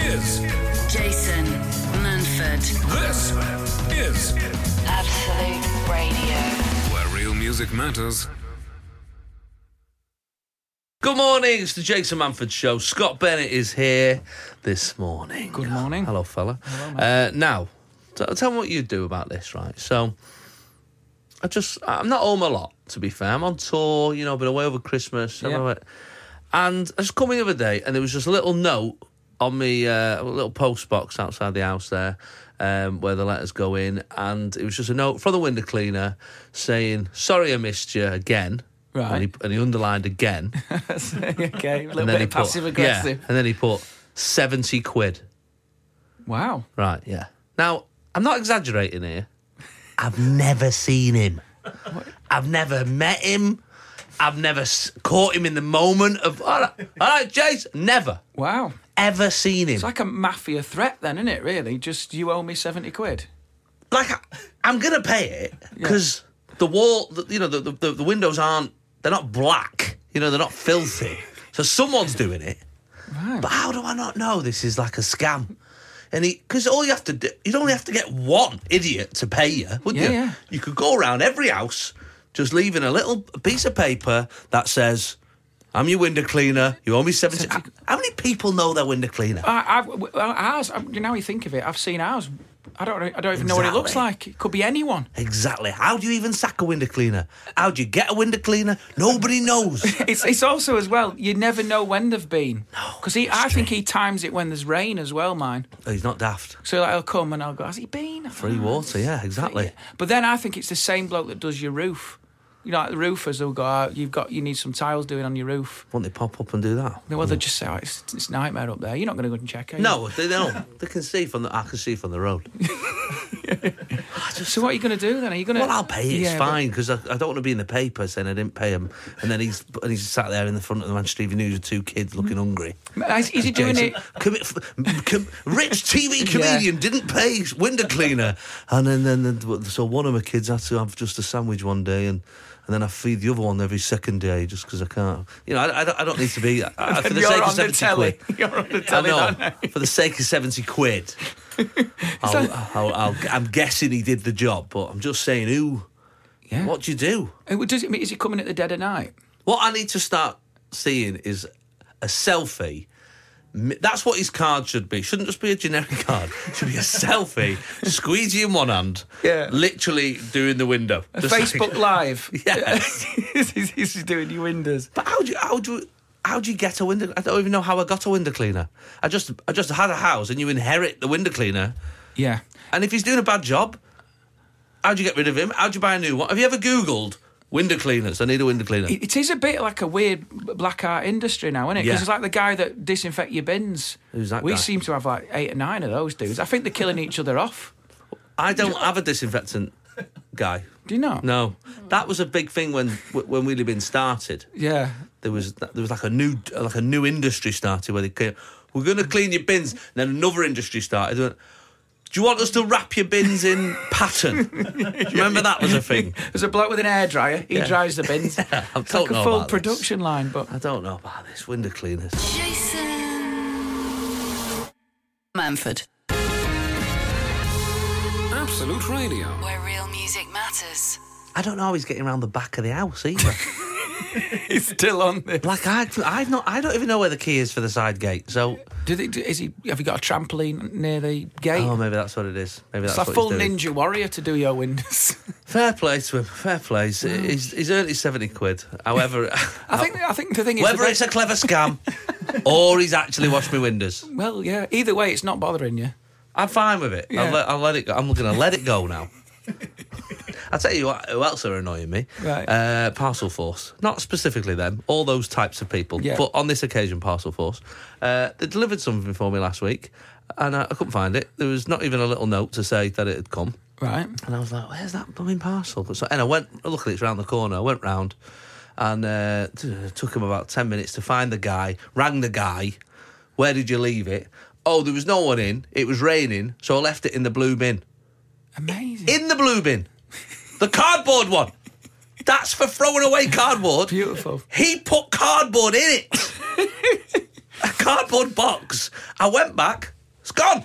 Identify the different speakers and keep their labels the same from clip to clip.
Speaker 1: is
Speaker 2: Jason Manford,
Speaker 1: this is
Speaker 2: Absolute Radio.
Speaker 1: where real music matters.
Speaker 3: Good morning. It's the Jason Manford Show. Scott Bennett is here this morning.
Speaker 4: Good morning.
Speaker 3: Hello, fella. uh, now, t- tell me what you do about this, right? So, I just, I'm not home a lot, to be fair. I'm on tour, you know, been away over Christmas.
Speaker 4: Yeah.
Speaker 3: and I went- And I just come in the other day, and there was just a little note on me, uh, a little post box outside the house there, um, where the letters go in, and it was just a note from the window cleaner saying, "Sorry, I missed you again." And he,
Speaker 4: Right.
Speaker 3: and he underlined again.
Speaker 4: okay, a little
Speaker 3: And then
Speaker 4: bit
Speaker 3: he put-
Speaker 4: passive aggressive.
Speaker 3: Yeah, and then he put 70 quid.
Speaker 4: Wow.
Speaker 3: Right, yeah. Now, I'm not exaggerating here. I've never seen him. I've never met him. I've never s- caught him in the moment of, all right, all right Jace. Never,
Speaker 4: Wow.
Speaker 3: ever seen him.
Speaker 4: It's like a mafia threat, then, isn't it? Really, just you owe me seventy quid.
Speaker 3: like I, I'm gonna pay it because the wall, the, you know, the, the the windows aren't they're not black, you know, they're not filthy. so someone's doing it. But how do I not know this is like a scam? And he, because all you have to do, you'd only have to get one idiot to pay you, wouldn't
Speaker 4: Yeah,
Speaker 3: you?
Speaker 4: yeah.
Speaker 3: You could go around every house just leaving a little piece of paper that says, I'm your window cleaner, you owe me 70. How, how many people know their window cleaner?
Speaker 4: I, I, well, ours. I, now you think of it, I've seen ours. I don't. know- I don't even know what it looks
Speaker 3: Exactly.
Speaker 4: like. It could be anyone.
Speaker 3: Exactly. How do you even sack a window cleaner? How do you get a window cleaner? Nobody knows.
Speaker 4: It's, it's also as well. You never know when they've been. Because he, I think he times it when there's rain as well. Mine.
Speaker 3: Oh, he's not daft.
Speaker 4: So like, I'll come and I'll go. Has he been?
Speaker 3: Free water, yeah, exactly.
Speaker 4: But then I think it's the same bloke that does your roof. You know, like the roofers will go. Oh, you've got. You need some tiles doing on your roof.
Speaker 3: Won't they pop up and do that?
Speaker 4: Well, they'll just say, oh, it's, it's nightmare up there. You're not going to go and check it.
Speaker 3: Hmm. No, they don't. they can see from the. I can see from the road.
Speaker 4: So what are you going to do then? Are you going to?
Speaker 3: Well, I'll pay. It's
Speaker 4: Yeah, but-
Speaker 3: fine because I, I don't want to be in the paper saying I didn't pay him, and then he's and he's sat there in the front of the Manchester Evening News with two kids looking
Speaker 4: Mm.
Speaker 3: hungry.
Speaker 4: Is, is he doing
Speaker 3: Jason,
Speaker 4: it?
Speaker 3: commi- f- com- rich TV
Speaker 4: Yeah.
Speaker 3: comedian didn't pay his window cleaner, and then, then then so one of my kids had to have just a sandwich one day, and and then I feed the other one every second day just because I can't. You know, I, I, don't, I don't need to be I, for the
Speaker 4: You're on
Speaker 3: sake of
Speaker 4: the
Speaker 3: seventy
Speaker 4: telly.
Speaker 3: quid.
Speaker 4: You're on the
Speaker 3: I
Speaker 4: telly.
Speaker 3: know
Speaker 4: aren't
Speaker 3: for the sake of seventy quid. I'll, I'll, I'll, I'm guessing he did the job, but I'm just saying, who?
Speaker 4: Yeah.
Speaker 3: What do you do?
Speaker 4: you? Does it mean? Is he coming at the dead of night?
Speaker 3: What I need to start seeing is a selfie. Mi- That's what his card should be. Shouldn't just be a generic card. It should be a selfie, squeegee in one hand,
Speaker 4: Yeah.
Speaker 3: literally doing the window. Just like-
Speaker 4: Facebook Live.
Speaker 3: Yeah.
Speaker 4: he's, he's doing your windows.
Speaker 3: But how do you, how do how do you get a window? I don't even know how I got a window cleaner. I just I just had a house, and you inherit the window cleaner.
Speaker 4: Yeah.
Speaker 3: And if he's doing a bad job, how do you get rid of him? How do you buy a new one? Have you ever Googled window cleaners? I need a window cleaner.
Speaker 4: It, it is a bit like a weird black art industry now, isn't it? Because
Speaker 3: Yeah.
Speaker 4: it's like the guy that disinfect your bins.
Speaker 3: Who's that
Speaker 4: we
Speaker 3: guy?
Speaker 4: seem to have like eight or nine of those dudes. I think they're killing each other off.
Speaker 3: I don't have a disinfectant guy.
Speaker 4: Do you not?
Speaker 3: No, that was a big thing when when Wheelie Bin started.
Speaker 4: Yeah.
Speaker 3: There was there was like a new like a new industry started where they came. We're going to clean your bins. And then another industry started. They went, Do you want us to wrap your bins in pattern? Do you remember that was a thing?
Speaker 4: There's a bloke with an airdryer. He dries the bins.
Speaker 3: I
Speaker 4: it's
Speaker 3: don't
Speaker 4: like a
Speaker 3: know
Speaker 4: full
Speaker 3: about this.
Speaker 4: production line, but
Speaker 3: I don't know about this window cleaners.
Speaker 2: Jason Manford,
Speaker 1: Absolute Radio.
Speaker 2: where real music matters.
Speaker 3: I don't know how he's getting around the back of the house either.
Speaker 4: he's still on there.
Speaker 3: like I I've not I don't even know where the key is for the side gate. So
Speaker 4: Do they, do, is he? Have you got a trampoline near the gate?
Speaker 3: oh maybe that's what it is. Maybe that's
Speaker 4: it's like
Speaker 3: what
Speaker 4: full
Speaker 3: he's doing.
Speaker 4: ninja warrior to do your windows.
Speaker 3: Fair play to him. Fair play. He's, he's, he's earned his seventy quid. However,
Speaker 4: I think. I think the thing is,
Speaker 3: whether
Speaker 4: that-
Speaker 3: it's a clever scam or he's actually washed my windows,
Speaker 4: well, yeah. Either way, it's not bothering you.
Speaker 3: I'm fine with it.
Speaker 4: Yeah.
Speaker 3: I'll, let, I'll let it go. I'm going to let it go now. I'll tell you what, who else are annoying me.
Speaker 4: Right.
Speaker 3: Uh, Parcel Force. Not specifically them, all those types of people.
Speaker 4: Yeah.
Speaker 3: But on this occasion, Parcel Force. Uh, they delivered something for me last week and I, I couldn't find it. There was not even a little note to say that it had come.
Speaker 4: Right.
Speaker 3: And I was like, where's that blooming parcel? So, and I went, luckily it's round the corner, I went round and uh, t- it took him about 10 minutes to find the guy, rang the guy, where did you leave it? Oh, there was no one in, it was raining, so I left it in the blue bin.
Speaker 4: Amazing.
Speaker 3: In the blue bin! The cardboard one! That's for throwing away cardboard.
Speaker 4: Beautiful.
Speaker 3: He put cardboard in it. a cardboard box. I went back, It's gone.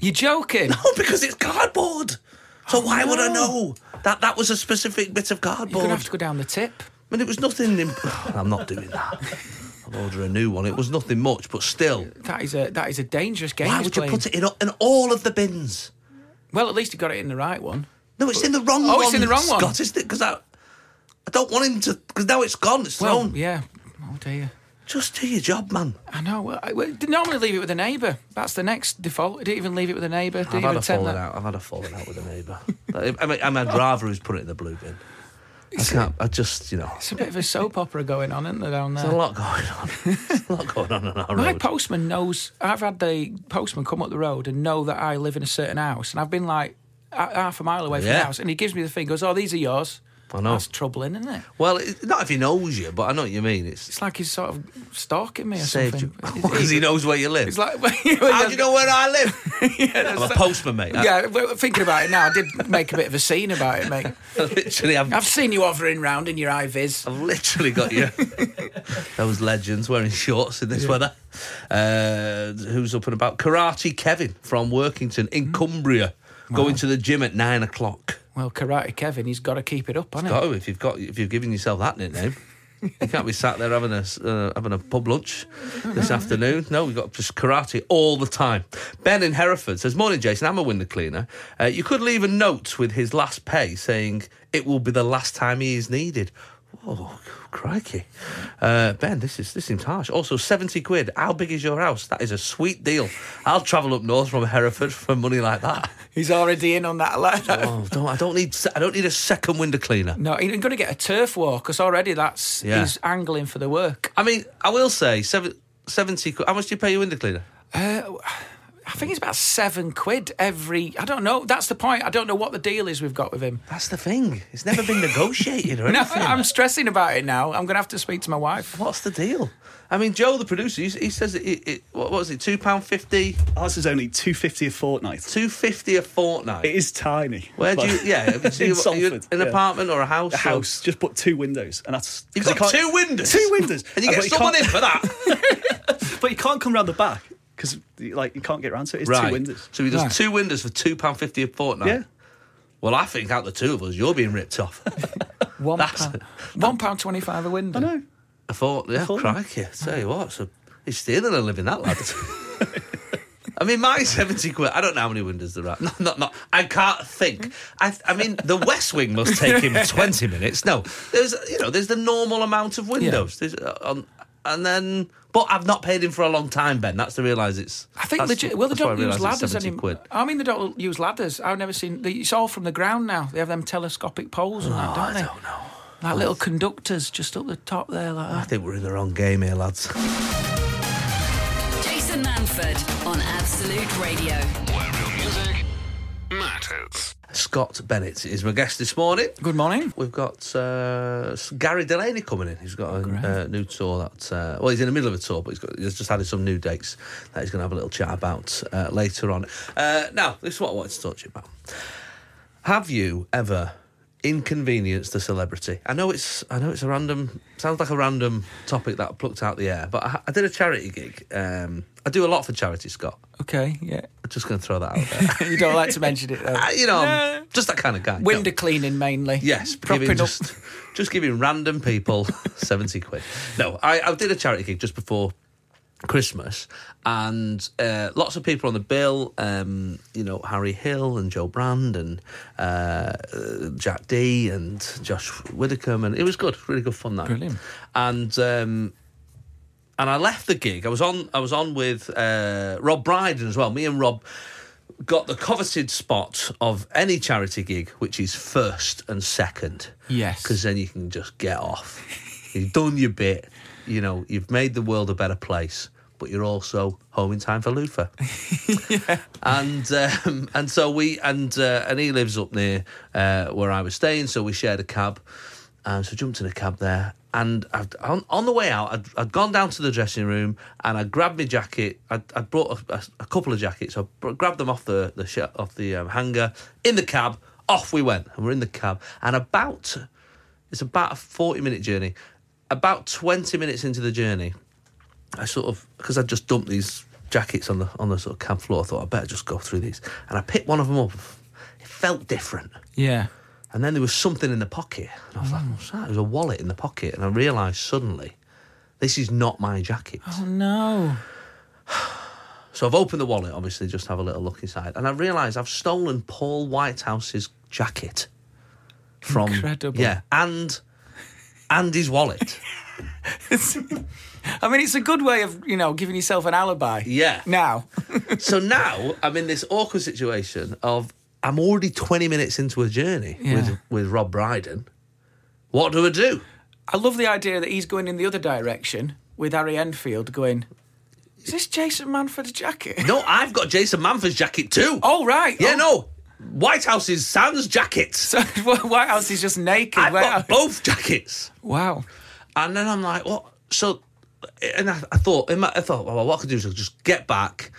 Speaker 4: You're joking.
Speaker 3: Oh, because it's cardboard. So why would I know? That that was a specific bit of
Speaker 4: Oh, You're
Speaker 3: cardboard.
Speaker 4: gonna have to go down the tip.
Speaker 3: I mean, it was nothing. Imp- I'm not doing that. I'll order a new one. It was nothing much, but still.
Speaker 4: That is a that is a dangerous game.
Speaker 3: Why
Speaker 4: he's
Speaker 3: would you
Speaker 4: playing.
Speaker 3: put it in, in all of the bins?
Speaker 4: Well, at least he got it in the right one.
Speaker 3: No, it's in the wrong one.
Speaker 4: Oh, it's in the wrong one.
Speaker 3: Scott, isn't it? Because I, I don't want him to. Because now it's gone. It's
Speaker 4: Well,
Speaker 3: thrown.
Speaker 4: yeah. Oh dear.
Speaker 3: Just do your job, man.
Speaker 4: I know. Well, I, well, they normally leave it with a neighbour. That's the next default. They didn't even leave it with a neighbour. Didn't
Speaker 3: I've
Speaker 4: even
Speaker 3: had a
Speaker 4: attempt
Speaker 3: falling
Speaker 4: that.
Speaker 3: out. I've had a falling out with a neighbour. I mean, I mean, I'd rather who's put it in the blue bin. I
Speaker 4: It's-
Speaker 3: can't. I just, you know,
Speaker 4: It's a bit of a soap opera going on, isn't there, down
Speaker 3: there's a
Speaker 4: there?
Speaker 3: lot going on. There's a lot going on on our
Speaker 4: My
Speaker 3: road.
Speaker 4: postman knows. I've had the postman come up the road and know that I live in a certain house, and I've been like a- half a mile away from
Speaker 3: Yeah.
Speaker 4: the house, and he gives me the thing. Goes, "Oh, these are yours."
Speaker 3: I know.
Speaker 4: That's troubling, isn't it?
Speaker 3: Well, it, not if he knows you, but I know what you mean. It's
Speaker 4: It's like he's sort of stalking me or
Speaker 3: saved you
Speaker 4: something.
Speaker 3: because he knows where you live.
Speaker 4: It's like
Speaker 3: How do you know where I live? I'm a postman, mate. I-
Speaker 4: Yeah, well, thinking about it now, I did make a bit of a scene about it, mate.
Speaker 3: I literally, I've,
Speaker 4: I've seen you hovering round in your eye vis.
Speaker 3: I've literally got you. Those legends wearing shorts in this weather. Uh, who's up and about? Karate Kevin from Workington
Speaker 4: Hmm.
Speaker 3: in Cumbria, going to the gym at nine o'clock.
Speaker 4: Well, Karate Kevin, he's got to keep it up, hasn't he?
Speaker 3: Oh, if you've got if you've given yourself that nickname. You can't be sat there having a s- uh, having a pub lunch this afternoon. No, we've got just karate all the time. Ben in Hereford says, "Morning, Jason. I'm a window cleaner. Uh, you could leave a note with his last pay saying it will be the last time he is needed." Oh, crikey, uh, Ben, this is this seems harsh. Also, seventy quid. How big is your house? That is a sweet deal. I'll travel up north from Hereford for money like that.
Speaker 4: He's already in on that. Like that.
Speaker 3: Oh, don't, I don't need se- I don't need a second window cleaner.
Speaker 4: No, he's going to get a turf war because already that's
Speaker 3: Yeah.
Speaker 4: he's angling for the work.
Speaker 3: I mean, I will say seven, 70 qu- How much do you pay your window cleaner?
Speaker 4: I think it's about seven quid every. I don't know. That's the point. I don't know what the deal is we've got with him.
Speaker 3: That's the thing. It's never been negotiated or
Speaker 4: No,
Speaker 3: anything.
Speaker 4: I'm stressing about it now. I'm going to have to speak to my wife.
Speaker 3: What's the deal? I mean, Joe, the producer, he, he says it, it, it. What was it? Two pound fifty,
Speaker 5: Ours is only two fifty a fortnight.
Speaker 3: two fifty a
Speaker 5: It
Speaker 3: fortnight.
Speaker 5: is tiny.
Speaker 3: Where do you?
Speaker 5: But-
Speaker 3: Yeah, so
Speaker 5: in
Speaker 3: you, you,
Speaker 5: Salford,
Speaker 3: an
Speaker 5: yeah.
Speaker 3: apartment or a house?
Speaker 5: A
Speaker 3: or-
Speaker 5: house. Just put two windows, and that's
Speaker 3: You've
Speaker 5: 'cause
Speaker 3: got
Speaker 5: you
Speaker 3: two
Speaker 5: can't-
Speaker 3: windows.
Speaker 5: Two windows,
Speaker 3: and you get
Speaker 5: But
Speaker 3: someone in
Speaker 5: can't-
Speaker 3: for that,
Speaker 5: But you can't come round the back because like you can't get round to it. It's
Speaker 3: right?
Speaker 5: two windows.
Speaker 3: So he does
Speaker 4: Right.
Speaker 3: two windows for two pound fifty a fortnight.
Speaker 5: Yeah.
Speaker 3: Well, I think out the two of us, you're being ripped off.
Speaker 4: One
Speaker 3: That's-
Speaker 4: pound, one pound twenty-five a window.
Speaker 5: I know.
Speaker 3: I thought, yeah,
Speaker 5: thought-
Speaker 3: crikey. I tell you what, so he's stealing a living, that lad. I mean, my 70 quid, I don't know how many windows there are. No, no, no. I can't think. I, I mean, the West Wing must take him 20 minutes. No, there's, you know, there's the normal amount of windows. There's, uh, on, and then, but I've not paid him for a long time, Ben. That's the realise it's.
Speaker 4: I think
Speaker 3: that's-
Speaker 4: legit. Well, they
Speaker 3: that's why I
Speaker 4: don't use
Speaker 3: realise it's
Speaker 4: ladders
Speaker 3: 70
Speaker 4: anymore.
Speaker 3: quid.
Speaker 4: I mean, they don't use ladders. I've never seen. They, it's all from the ground now. They have them telescopic poles and that, don't
Speaker 3: Oh, I
Speaker 4: they?
Speaker 3: don't know.
Speaker 4: Like little conductors just up the top there, like
Speaker 3: I
Speaker 4: that.
Speaker 3: think we're in the wrong game here, lads.
Speaker 2: Jason Manford on Absolute Radio.
Speaker 1: Where real music matters.
Speaker 3: Scott Bennett is my guest this morning.
Speaker 4: Good morning.
Speaker 3: We've got uh, Gary Delaney coming in. He's got a uh, new tour that, uh, well, he's in the middle of a tour, but he's, got, he's just added some new dates that he's going to have a little chat about uh, later on. Uh, now, this is what I wanted to talk to you about. Have you ever inconvenienced a celebrity? I know it's, I know it's a random, sounds like a random topic that I plucked out the air, but I, I did a charity gig. Um, I do a lot for charity, Scott.
Speaker 4: Okay, yeah.
Speaker 3: I'm just going to throw that out there.
Speaker 4: you don't like to mention it though.
Speaker 3: I- you know, I'm just that kind of guy.
Speaker 4: Window cleaning mainly.
Speaker 3: Yes,
Speaker 4: propping
Speaker 3: giving
Speaker 4: up.
Speaker 3: just, just giving random people 70 quid. No, I, I did a charity gig just before Christmas, and uh, lots of people on the bill, um, you know, Harry Hill and Joe Brand and uh, uh, Jack D and Josh Widdicombe, and it was good, really good fun that.
Speaker 4: Brilliant.
Speaker 3: And um, and I left the gig. I was on. I was on with uh, Rob Brydon as well. Me and Rob got the coveted spot of any charity gig, which is first and second.
Speaker 4: Yes.
Speaker 3: because then you can just get off. You've done your bit. You know, you've made the world a better place, but you're also home in time for loofah and um, and so we and uh, and he lives up near uh, where I was staying, so we shared a cab, and so I jumped in a cab there. And I'd, on, on the way out, I'd, I'd gone down to the dressing room and I grabbed my jacket. I'd, I'd brought a, a, a couple of jackets. I br- grabbed them off the the sh- off the um, hanger in the cab. Off we went, and we're in the cab. And about it's about a forty minute journey. About twenty minutes into the journey, I sort of because I just dumped these jackets on the on the sort of camp floor. I thought I would better just go through these, and I picked one of them up. It felt different.
Speaker 4: Yeah.
Speaker 3: And then there was something in the pocket. And I was like, what's that? There was a wallet in the pocket. And I realised suddenly, this is not my jacket.
Speaker 4: Oh. No.
Speaker 3: So I've opened the wallet, obviously, just to have a little look inside. And I realised I've stolen Paul Whitehouse's jacket from.
Speaker 4: Incredible.
Speaker 3: Um, Yeah. And. And his wallet.
Speaker 4: I mean, it's a good way of you know giving yourself an alibi.
Speaker 3: Yeah.
Speaker 4: Now.
Speaker 3: so now I'm in this awkward situation of I'm already 20 minutes into a journey
Speaker 4: Yeah.
Speaker 3: with, with Rob Brydon. What do I do?
Speaker 4: I love the idea that he's going in the other direction with Harry Enfield going, Is this Jason Manford's jacket?
Speaker 3: No, I've got Jason Manford's jacket too.
Speaker 4: Oh, right.
Speaker 3: Yeah,
Speaker 4: oh.
Speaker 3: no. White House is Sam's jacket.
Speaker 4: So, White House is just naked.
Speaker 3: I've
Speaker 4: Wow.
Speaker 3: got both jackets.
Speaker 4: wow.
Speaker 3: And then I'm like, what? So, and I, I thought, in my, I thought, well, what I could do is I could just get back,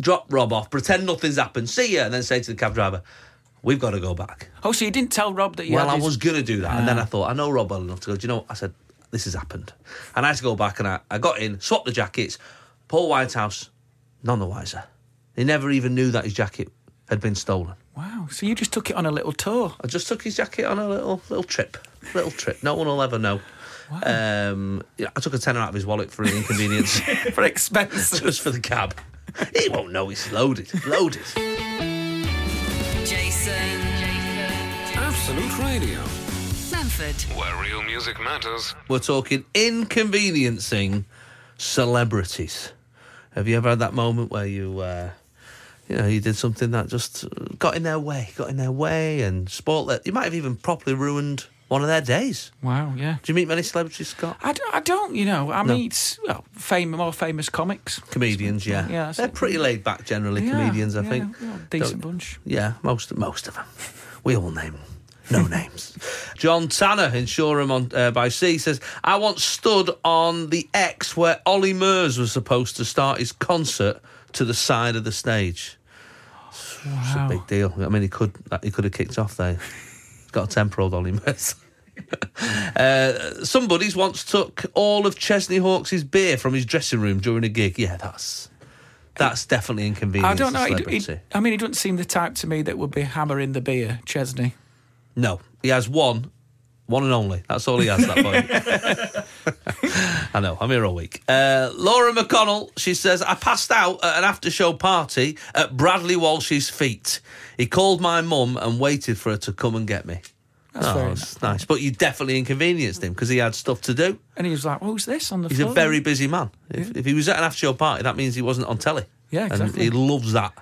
Speaker 3: drop Rob off, pretend nothing's happened, see ya, and then say to the cab driver, we've got to go back.
Speaker 4: Oh, so you didn't tell Rob that you
Speaker 3: well,
Speaker 4: had
Speaker 3: I
Speaker 4: his-
Speaker 3: was going to do that. And then I thought, I know Rob well enough to go, do you know what? I said, this has happened. And I had to go back and I, I got in, swapped the jackets. Paul Whitehouse, none the wiser. He never even knew that his jacket had been stolen.
Speaker 4: Wow. So you just took it on a little tour.
Speaker 3: I just took his jacket on a little little trip, little trip. No one will ever know. Um, yeah, I took a tenner out of his wallet for an inconvenience,
Speaker 4: For expense.
Speaker 3: just for the cab. He won't know it's loaded, loaded.
Speaker 2: Jason.
Speaker 1: Absolute Radio,
Speaker 2: Manford.
Speaker 1: where real music matters.
Speaker 3: We're talking inconveniencing celebrities. Have you ever had that moment where you, uh, you know, you did something that just uh, got in their way, got in their way, and spoilt that? You might have even properly ruined one of their days.
Speaker 4: Wow, yeah.
Speaker 3: Do you meet many celebrities, Scott?
Speaker 4: I, d- I don't, you know, I mean, it's, well, fame, more famous comics.
Speaker 3: Comedians, yeah.
Speaker 4: Yeah, that's
Speaker 3: They're
Speaker 4: it.
Speaker 3: pretty laid back generally,
Speaker 4: Yeah,
Speaker 3: comedians, I
Speaker 4: yeah,
Speaker 3: think.
Speaker 4: yeah, decent
Speaker 3: Don't-
Speaker 4: bunch.
Speaker 3: Yeah, most most of them. We all name them. No names. John Tanner in Shoreham on, uh, by Sea says, I once stood on the X where Ollie Murs was supposed to start his concert to the side of the stage. It's a
Speaker 4: Wow.
Speaker 3: big deal. I mean, he could that- he could have kicked off there. He's got a temporal on him. uh, somebody's once took all of Chesney Hawkes' beer from his dressing room during a gig. Yeah, that's that's definitely inconvenient.
Speaker 4: I don't know. He,
Speaker 3: Celebrity.
Speaker 4: he, I mean, he doesn't seem the type to me that would be hammering the beer, Chesney.
Speaker 3: No, he has one, one and only. That's all he has. That point. I know. I'm here all week. Uh, Laura McConnell. She says I passed out at an after-show party at Bradley Walsh's feet. He called my mum and waited for her to come and get me. Oh, That's
Speaker 4: very
Speaker 3: nice. nice. But you definitely inconvenienced him because he had stuff to do.
Speaker 4: And he was like, "Who's this on the
Speaker 3: He's
Speaker 4: floor?"
Speaker 3: a very busy man. If, if he was at an after show party, that means he wasn't on telly.
Speaker 4: Yeah,
Speaker 3: And
Speaker 4: exactly.
Speaker 3: he loves that.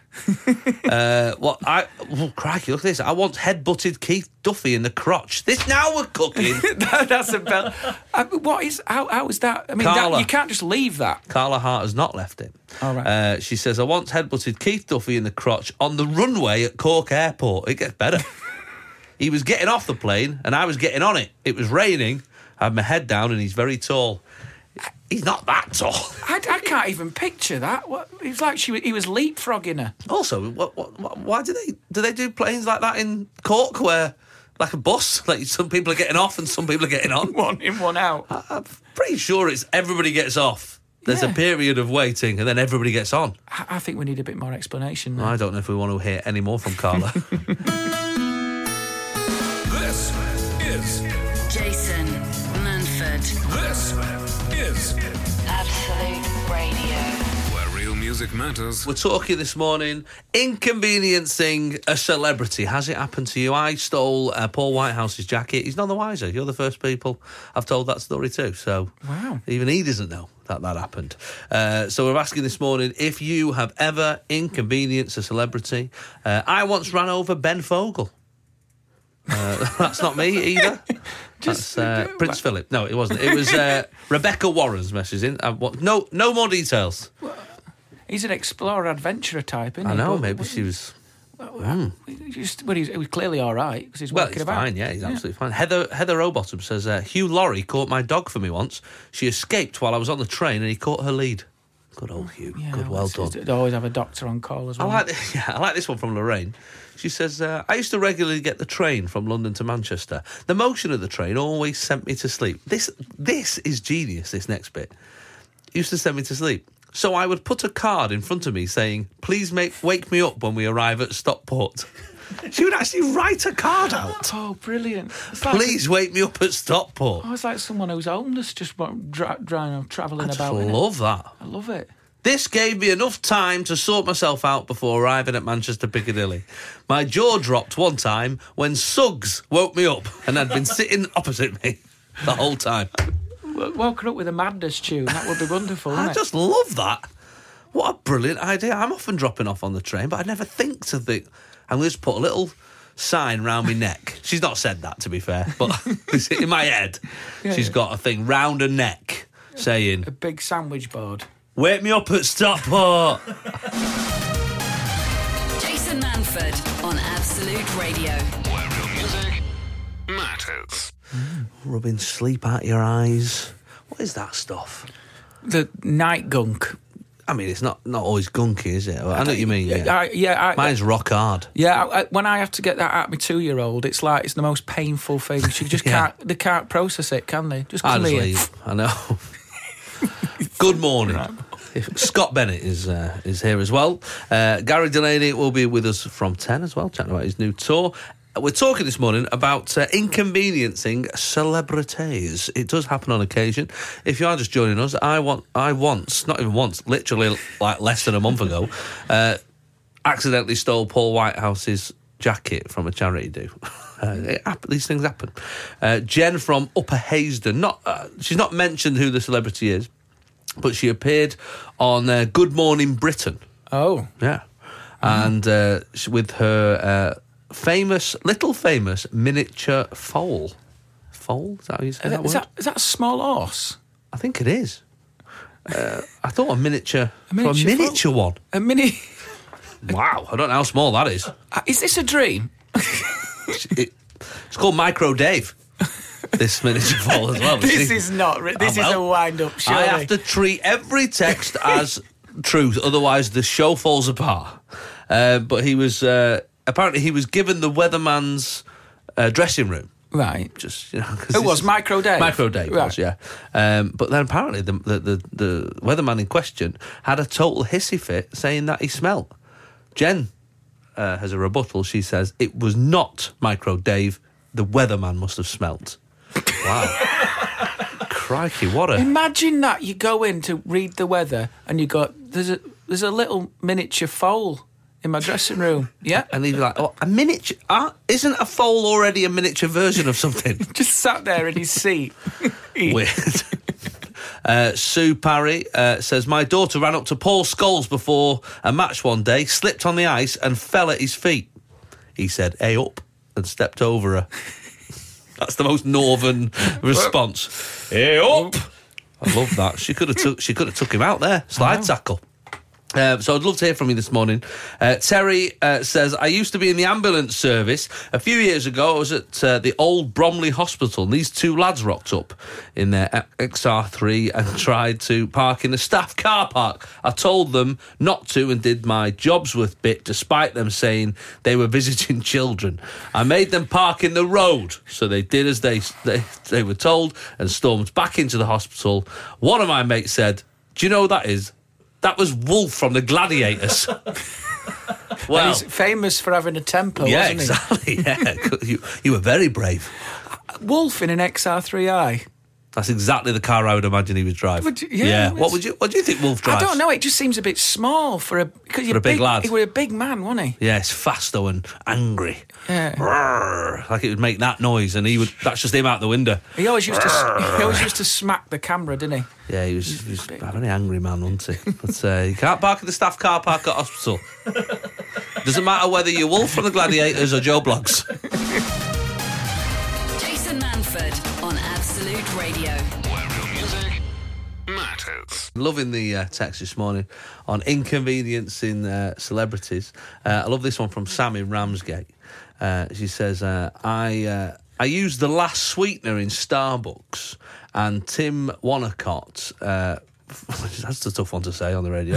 Speaker 3: uh, what I oh, crikey, look at this! I once headbutted Keith Duffy in the crotch. This now we're cooking.
Speaker 4: That- that's a bell. I mean, what is how how is that? I mean, that,
Speaker 3: Carla.
Speaker 4: you can't just leave that.
Speaker 3: Carla Hart has not left it.
Speaker 4: All right.
Speaker 3: Uh, she says I once headbutted Keith Duffy in the crotch on the runway at Cork Airport. It gets better. he was getting off the plane, and I was getting on it. It was raining. I had my head down, and he's very tall. He's not that tall.
Speaker 4: I, I can't even picture that. What it's like she wa- he was leapfrogging her.
Speaker 3: Also, what, what, what, why do they do they do planes like that in Cork where like a bus, like some people are getting off and some people are getting on?
Speaker 4: One in, one out.
Speaker 3: I'm pretty sure it's everybody gets off. There's a
Speaker 4: Yeah.
Speaker 3: period of waiting and then everybody gets on.
Speaker 4: I, I think we need a bit more explanation. There.
Speaker 3: I don't know if we want to hear any more from Carla.
Speaker 1: This is
Speaker 2: Jason Manford.
Speaker 1: this is
Speaker 2: Absolute Radio.
Speaker 1: where real music matters.
Speaker 3: We're talking this morning inconveniencing a celebrity. Has it happened to you? I stole uh, Paul Whitehouse's jacket. He's none the wiser. You're the first people I've told that story to. So
Speaker 4: Wow.
Speaker 3: even he doesn't know that that happened. Uh, so we're asking this morning if you have ever inconvenienced a celebrity. Uh, I once ran over Ben Fogle. Uh, that's not me either. That's uh, Prince Philip. No, it wasn't. It was uh, Rebecca Warren's message in. I wa- No, no more details.
Speaker 4: He's an explorer adventurer type, isn't
Speaker 3: I
Speaker 4: he?
Speaker 3: know.
Speaker 4: But-
Speaker 3: Maybe
Speaker 4: but-
Speaker 3: she was. hmm.
Speaker 4: he Just, but he's, he was clearly all right because he's
Speaker 3: Well,
Speaker 4: working
Speaker 3: he's
Speaker 4: about.
Speaker 3: fine. Yeah, he's absolutely fine. Heather Heather Rowbottom says uh, Hugh Laurie caught my dog for me once. She escaped while I was on the train, and he caught her lead. Good old Hugh.
Speaker 4: Yeah,
Speaker 3: Good, well
Speaker 4: it's-
Speaker 3: done.
Speaker 4: it's- They always have a doctor on call as
Speaker 3: I
Speaker 4: well.
Speaker 3: like this, yeah, I like this one from Lorraine. She says, uh, "I used to regularly get the train from London to Manchester. The motion of the train always sent me to sleep. This this is genius. This next bit used to send me to sleep. So I would put a card in front of me saying, "Please make, wake me up when we arrive at Stockport." she would actually write a card out.
Speaker 4: Oh, brilliant! It's like-
Speaker 3: Please wake me up at Stockport.
Speaker 4: I was like someone who's homeless, just wa- dra- dra- traveling
Speaker 3: I just
Speaker 4: about. innit?
Speaker 3: love that.
Speaker 4: I love it.
Speaker 3: This gave me enough time to sort myself out before arriving at Manchester Piccadilly. My jaw dropped one time when Suggs woke me up and had been sitting opposite me the whole time.
Speaker 4: W- Woken up with a madness tune. That would be wonderful.
Speaker 3: I
Speaker 4: wouldn't
Speaker 3: just love that. What a brilliant idea. I'm often dropping off on the train, but I never think to think, I'm going to just put a little sign round my neck. She's not said that, to be fair, but it's in my head,
Speaker 4: Yeah,
Speaker 3: she's
Speaker 4: yeah.
Speaker 3: got a thing round her neck saying,
Speaker 4: it? A big sandwich board.
Speaker 3: Wake me up at Stockport.
Speaker 2: Jason Manford on Absolute Radio.
Speaker 1: Where real music matters.
Speaker 3: rubbing sleep out your eyes. What is that stuff?
Speaker 4: The night gunk.
Speaker 3: I mean, it's not not always gunky, is it? I, know what you mean. Yeah,
Speaker 4: I, yeah, I,
Speaker 3: mine's rock hard.
Speaker 4: yeah. I, I- when I have to get that out my two-year-old, it's like it's the most painful thing. She just
Speaker 3: Yeah.
Speaker 4: can't. They can't process it, can they? Just
Speaker 3: I
Speaker 4: come
Speaker 3: just
Speaker 4: here.
Speaker 3: leave. I know. Good morning. If- Scott Bennett is uh, is here as well. Uh, Gary Delaney will be with us from ten as well, chatting about his new tour. Uh, We're talking this morning about uh, inconveniencing celebrities. It does happen on occasion. If you are just joining us, I want I once, not even once, literally like less than a month ago, uh, accidentally stole Paul Whitehouse's jacket from a charity do. Uh, it hap- these things happen. Uh, Jen from Upper Haysden. Not uh, she's not mentioned who the celebrity is, but she appeared on uh, Good Morning Britain.
Speaker 4: Oh,
Speaker 3: Yeah,
Speaker 4: Mm-hmm.
Speaker 3: and uh, sh- with her uh, famous, little famous miniature foal. Foal? Is that how you say
Speaker 4: is
Speaker 3: that
Speaker 4: that,
Speaker 3: word?
Speaker 4: Uh, is that, is that a small horse?
Speaker 3: I think it is. Uh, I thought a miniature,
Speaker 4: A miniature foal?
Speaker 3: a miniature one.
Speaker 4: A mini?
Speaker 3: Wow, I don't know how small that is.
Speaker 4: Is this a dream?
Speaker 3: It- it's called Micro Dave. This miniature fall as well.
Speaker 4: This is not. re- This
Speaker 3: Ah,
Speaker 4: is a
Speaker 3: well,
Speaker 4: wind-up.
Speaker 3: I
Speaker 4: surely.
Speaker 3: have to treat every text as truth, otherwise the show falls apart. Uh, but he was uh, apparently he was given the weatherman's uh, dressing room.
Speaker 4: Right.
Speaker 3: Just you know, 'cause
Speaker 4: Who
Speaker 3: this
Speaker 4: was,
Speaker 3: is-
Speaker 4: Micro Dave?
Speaker 3: Micro Dave was
Speaker 4: Right.
Speaker 3: yeah. Um, but then apparently the, the the the weatherman in question had a total hissy fit, saying that he smelt. Jen uh, has a rebuttal. She says it was not Micro Dave. The weatherman must have smelt. Wow. Crikey, what a
Speaker 4: Imagine that you go in to read the weather and you go, there's a there's a little miniature foal in my dressing room. Yeah.
Speaker 3: And he'd be like, oh, a miniature. Uh, isn't a foal already a miniature version of something?
Speaker 4: Just sat there in his seat.
Speaker 3: Weird. Uh, Sue Parry uh, says, My daughter ran up to Paul Scholes before a match one day, slipped on the ice, and fell at his feet. He said, A up, and stepped over her. That's the most northern response. A up! I love that. She could have took she could have took him out there. Slide tackle. Uh, so I'd love to hear from you this morning. Uh, Terry uh, says, I used to be in the ambulance service. A few years ago, I was at uh, the old Bromley Hospital, and these two lads rocked up in their XR3 and tried to park in the staff car park. I told them not to and did my Jobsworth bit, despite them saying they were visiting children. I made them park in the road, so they did as they, they, they were told and stormed back into the hospital. One of my mates said, do you know who that is? That was Wolf from the Gladiators. well,
Speaker 4: He's famous for having a temper,
Speaker 3: yeah,
Speaker 4: wasn't he?
Speaker 3: exactly. Yeah, you, you were very brave.
Speaker 4: Wolf in an XR3i.
Speaker 3: That's exactly the car I would imagine he was driving.
Speaker 4: Would you- yeah,
Speaker 3: What would you? What do you think Wolf
Speaker 4: I
Speaker 3: drives?
Speaker 4: don't know. It just seems a bit small for a because
Speaker 3: For a big lad.
Speaker 4: He was a big man, wasn't he?
Speaker 3: Yeah, it's fast though and angry.
Speaker 4: Yeah.
Speaker 3: Roar, like it would make that noise, and he would. That's just him out the window.
Speaker 4: He always used to s- he always used to smack the camera, didn't he?
Speaker 3: Yeah, he was, he was a very angry man, wasn't he? But uh, you can't park in the staff car park at hospital. Doesn't matter whether you're Wolf from the Gladiators or Joe Blogs.
Speaker 2: Jason Manford on Absolute Radio.
Speaker 1: Where real music matters.
Speaker 3: Loving the uh, text this morning on inconveniencing uh, celebrities. Uh, I love this one from Sam in Ramsgate. Uh, she says, uh, "I uh, I used the last sweetener in Starbucks, and Tim Wanacott." Uh, that's a tough one to say on the radio.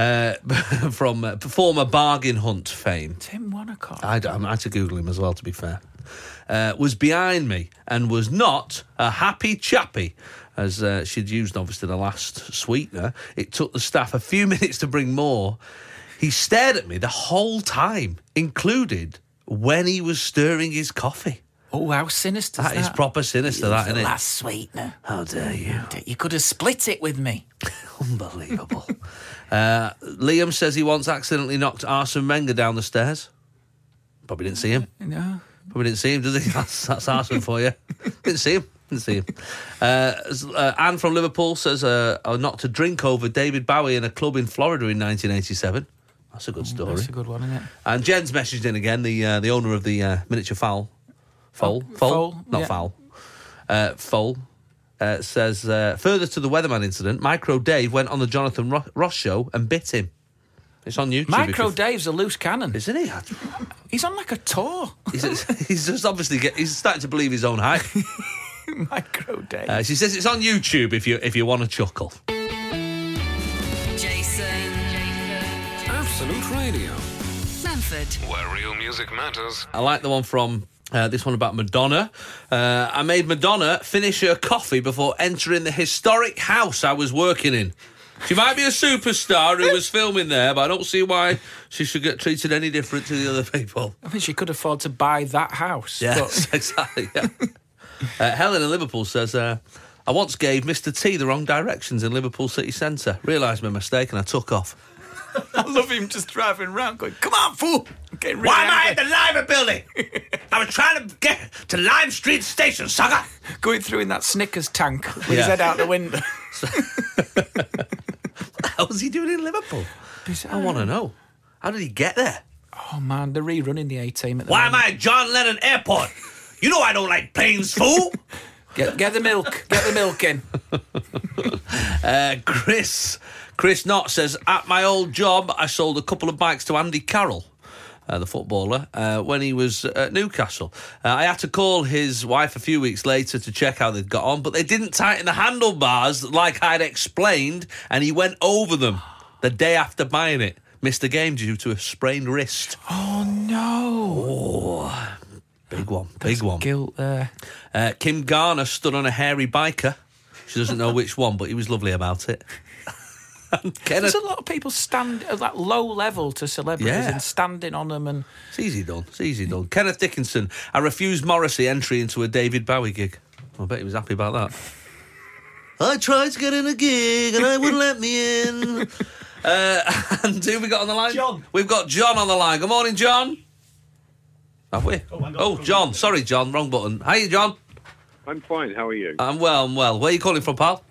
Speaker 3: Uh, from uh, former bargain hunt fame.
Speaker 4: Tim Wanacott.
Speaker 3: I, d- I had to Google him as well, to be fair. uh, was behind me and was not a happy chappy. As uh, she'd used, obviously, the last sweetener, it took the staff a few minutes to bring more. He stared at me the whole time, included when he was stirring his coffee.
Speaker 4: Oh, how sinister
Speaker 3: That is proper sinister, that, isn't it?
Speaker 4: Last sweetener.
Speaker 3: How dare you?
Speaker 4: You could have split it with me.
Speaker 3: Unbelievable. uh, Liam says he once accidentally knocked Arsene Wenger down the stairs. Probably didn't see him.
Speaker 4: No.
Speaker 3: Probably didn't see him, does he? That's, that's Arsene for you. Didn't see him. Didn't see him. Uh, s- uh, Anne from Liverpool says uh, uh, not to drink over David Bowie in a club in Florida in 1987. That's a good story.
Speaker 4: Mm, That's a good one, isn't it?
Speaker 3: And Jen's messaged in again, the uh, the owner of the uh, miniature fowl, foal, foal,
Speaker 4: foal,
Speaker 3: not
Speaker 4: Oh, yeah.
Speaker 3: fowl, uh, foal. Uh, says uh, further to the Weatherman incident, Micro Dave went on the Jonathan Ro- Ross show and bit him. It's on YouTube, if
Speaker 4: Micro
Speaker 3: you-
Speaker 4: Dave's a loose cannon.
Speaker 3: isn't he? That's-
Speaker 4: He's on like a tour.
Speaker 3: He's, he's just obviously get, he's starting to believe his own hype.
Speaker 4: Micro Dave.
Speaker 3: Uh, she says it's on YouTube if you if you want to chuckle.
Speaker 2: Jason.
Speaker 1: Absolute Radio,
Speaker 2: Manford.
Speaker 1: where real music matters.
Speaker 3: I like the one from uh, this one about Madonna. Uh, I made Madonna finish her coffee before entering the historic house I was working in. She might be a superstar who was filming there, but I don't see why she should get treated any different to the other people.
Speaker 4: I mean, she could afford to buy that house.
Speaker 3: Yes, exactly. Yeah. uh, Helen in Liverpool says, uh, I once gave Mr. T the wrong directions in Liverpool city centre, realised my mistake, and I took off.
Speaker 4: but I love him just driving around going, come on, fool. Getting really angry.
Speaker 3: the Lima building? I was trying to get to Lime Street Station, sucker.
Speaker 4: Going through in that Snickers tank with
Speaker 3: Yeah.
Speaker 4: his head out the window.
Speaker 3: How's he doing in Liverpool? I want to know. How did he get there?
Speaker 4: Oh, man, they're rerunning the A team at the
Speaker 3: Why am
Speaker 4: moment.
Speaker 3: I at John Lennon Airport? You know I don't like planes, fool.
Speaker 4: Get, get the milk. Get the milk in.
Speaker 3: uh, Chris, Chris Knott says, at my old job, I sold a couple of bikes to Andy Carroll. Uh, the footballer, uh, when he was at Newcastle, uh, I had to call his wife a few weeks later to check how they'd got on, but they didn't tighten the handlebars like I'd explained, and he went over them the day after buying it. Missed the game due to a sprained wrist.
Speaker 4: Oh, no.
Speaker 3: Big one, Oh, big one.
Speaker 4: Guilt there.
Speaker 3: Uh, Kim Garner stood on a hairy biker. She doesn't know which one, but he was lovely about it. And Kenneth,
Speaker 4: There's a lot of people stand at that low level to celebrities
Speaker 3: Yeah.
Speaker 4: and standing on them and
Speaker 3: it's easy done. It's easy done. Kenneth Dickinson, I refused Morrissey entry into a David Bowie gig. I bet he was happy about that. I tried to get in a gig and I wouldn't let me in. Uh, and who we got on the line?
Speaker 5: John.
Speaker 3: We've got John on the line. Good morning, John. Have we?
Speaker 5: Oh, hang on.
Speaker 3: oh John. Sorry, John. Wrong button. Hey, John.
Speaker 6: I'm fine. How are you?
Speaker 3: I'm well. I'm well. Where are you calling from, pal?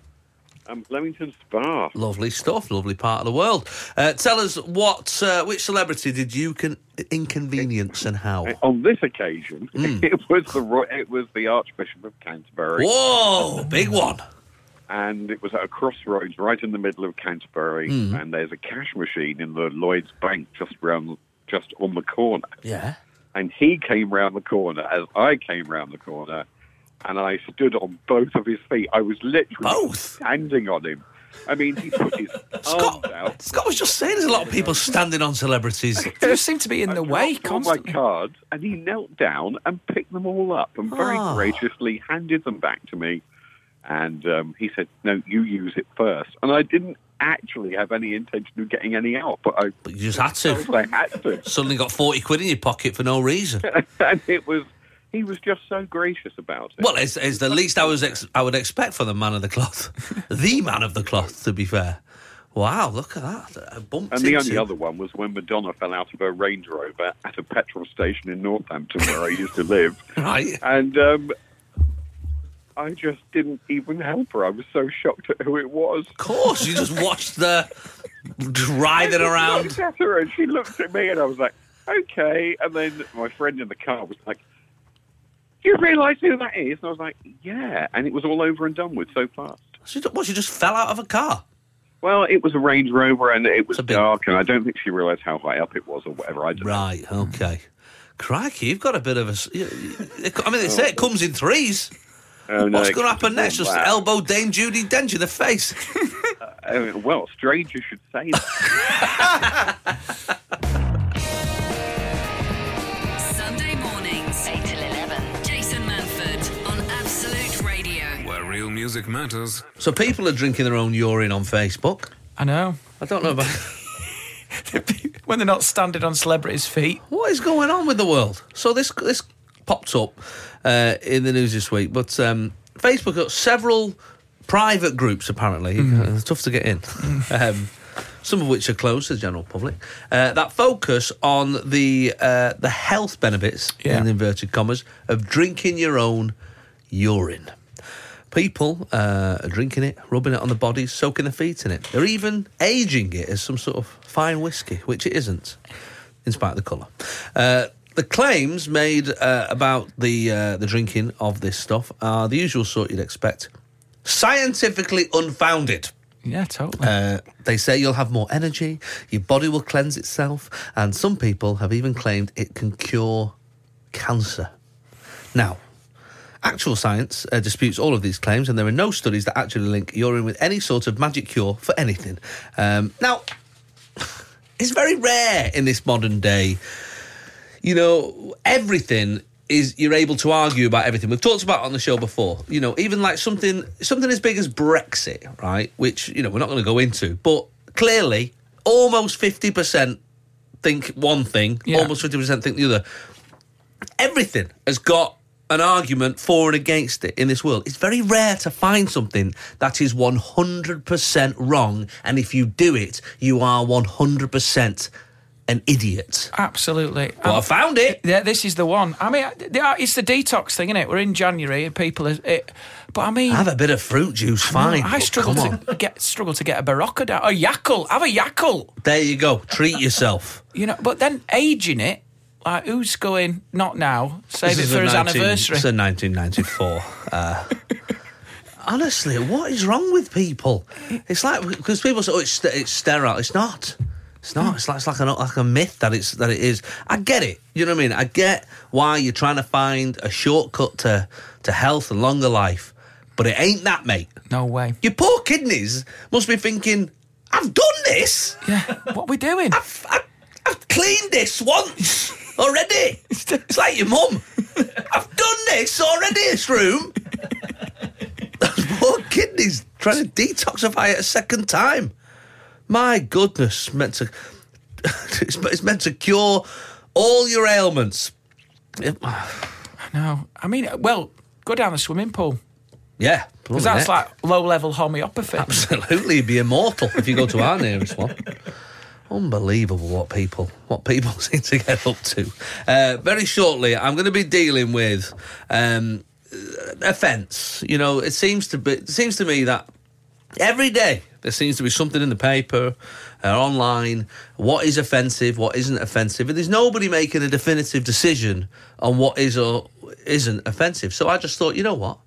Speaker 6: I'm Leamington Spa.
Speaker 3: Lovely stuff, lovely part of the world. Uh, tell us what, uh, which celebrity did you con- inconvenience and how?
Speaker 6: On this occasion,
Speaker 3: Hmm.
Speaker 6: it was the Ro- it was the Archbishop of Canterbury,
Speaker 3: Whoa, big one.
Speaker 6: and it was at a crossroads right in the middle of Canterbury.
Speaker 3: Hmm.
Speaker 6: And there's a cash machine in the Lloyd's Bank just round, just on the corner.
Speaker 3: Yeah.
Speaker 6: And he came round the corner as I came round the corner, and I stood on both of his feet. I was literally
Speaker 3: Both?
Speaker 6: standing on him. I mean, he put his arms
Speaker 3: Scott,
Speaker 6: out.
Speaker 3: Scott was just saying there's a lot of people standing on celebrities.
Speaker 4: they just seem to be in the way
Speaker 6: dropped all Oh my
Speaker 4: constantly.
Speaker 6: cards, and he knelt down and picked them all up, and very
Speaker 3: Ah.
Speaker 6: graciously handed them back to me. And um, he said, "No, you use it first. And I didn't actually have any intention of getting any out, but I
Speaker 3: But you just had to.
Speaker 6: felt I had to.
Speaker 3: Suddenly got 40 quid in your pocket for no reason.
Speaker 6: and it was, he was just so gracious about it.
Speaker 3: Well, it's, it's the least I, was ex- I would expect for the man of the cloth. The man of the cloth, to be fair. Wow, look at that. I bumped
Speaker 6: and the
Speaker 3: into-
Speaker 6: only other one was when Madonna fell out of her Range Rover at a petrol station in Northampton, where I used to live.
Speaker 3: Right.
Speaker 6: And um, I just didn't even help her. I was so shocked at who it was.
Speaker 3: Of course, you just watched the riding around.
Speaker 6: looked at her and she looked at me and I was like, okay. And then my friend in the car was like, do you realise who that is? And I was like, yeah. And it was all over and done with so fast.
Speaker 3: She, ju- what, she just fell out of a car?
Speaker 6: Well, it was a Range Rover and it was
Speaker 3: It's a big-
Speaker 6: dark and I don't think she realised how high up it was or whatever. I don't know.
Speaker 3: Right, okay. Crikey, you've got a bit of a. s- you- you- it- I mean, they say it comes in threes.
Speaker 6: Oh, no,
Speaker 3: What's
Speaker 6: it
Speaker 3: going to happen
Speaker 6: couldn't have
Speaker 3: next?
Speaker 6: been
Speaker 3: Just
Speaker 6: that.
Speaker 3: elbow Dame Judy Dench in the face.
Speaker 6: Uh, well, strange you should say that.
Speaker 2: Sunday mornings. 8 till 11.
Speaker 1: Music matters.
Speaker 3: So people are drinking their own urine on Facebook.
Speaker 4: I know.
Speaker 3: I don't know about
Speaker 4: when they're not standing on celebrities' feet.
Speaker 3: what is going on with the world. So this this popped up uh, in the news this week, but um, Facebook got several private groups apparently. Uh, It's tough to get in. um, some of which are closed to the general public, uh, that focus on the uh, the health benefits,
Speaker 4: Yeah.
Speaker 3: in inverted commas, of drinking your own urine. People uh, are drinking it, rubbing it on the bodies, soaking their feet in it. They're even aging it as some sort of fine whiskey, which it isn't, in spite of the colour. Uh, the claims made uh, about the uh, the drinking of this stuff are the usual sort you'd expect, scientifically unfounded.
Speaker 4: Yeah, totally.
Speaker 3: Uh, they say you'll have more energy, your body will cleanse itself, and some people have even claimed it can cure cancer. Now, actual science uh, disputes all of these claims, and there are no studies that actually link urine with any sort of magic cure for anything. Um, now, it's very rare in this modern day. You know, everything is you're able to argue about everything. We've talked about it on the show before. You know, even like something something as big as Brexit, right? Which you know we're not going to go into, but clearly almost fifty percent think one thing,
Speaker 4: Yeah.
Speaker 3: almost fifty percent think the other. Everything has got an argument for and against it in this world. It's very rare to find something that is 100% wrong, and if you do it, you are 100% an idiot.
Speaker 4: Absolutely.
Speaker 3: But I
Speaker 4: And-
Speaker 3: found it.
Speaker 4: Yeah, this is the one. I mean, they are- it's the detox thing, isn't it? We're in January and people are. It, but I mean,
Speaker 3: Have a bit of fruit juice, fine.
Speaker 4: I
Speaker 3: but
Speaker 4: struggle
Speaker 3: come on.
Speaker 4: to get struggle to get a barocca down. A yackle, have a yackle.
Speaker 3: There you go. Treat yourself.
Speaker 4: You know, but then aging it, like who's going? Not now. Save
Speaker 3: This
Speaker 4: it
Speaker 3: is
Speaker 4: for
Speaker 3: a
Speaker 4: his
Speaker 3: 19
Speaker 4: anniversary.
Speaker 3: It's a 1994. uh, honestly, what is wrong with people? It's like because people say, "Oh, it's, st- it's sterile." It's not. It's not. It's like, it's like an like a myth that it's that it is. I get it. You know what I mean? I get why you're trying to find a shortcut to to health and longer life, but it ain't that, mate.
Speaker 4: No way.
Speaker 3: Your poor kidneys must be thinking, "I've done this."
Speaker 4: Yeah, what we doing?
Speaker 3: I've, I've, I've cleaned this once already. It's like your mum. I've done this already, this room. Poor kidneys trying to detoxify it a second time. My goodness, meant to, it's, it's meant to cure all your ailments. It-
Speaker 4: No, I mean, well, go down the swimming pool
Speaker 3: yeah,
Speaker 4: because that's like low level homeopathy.
Speaker 3: absolutely you'd be immortal if you go to our nearest one. Unbelievable what people what people seem to get up to. Uh, very shortly, I'm going to be dealing with um, offence. You know, it seems to be it seems to me that every day there seems to be something in the paper uh, online what is offensive what isn't offensive and there's nobody making a definitive decision on what is or isn't offensive so i just thought you know what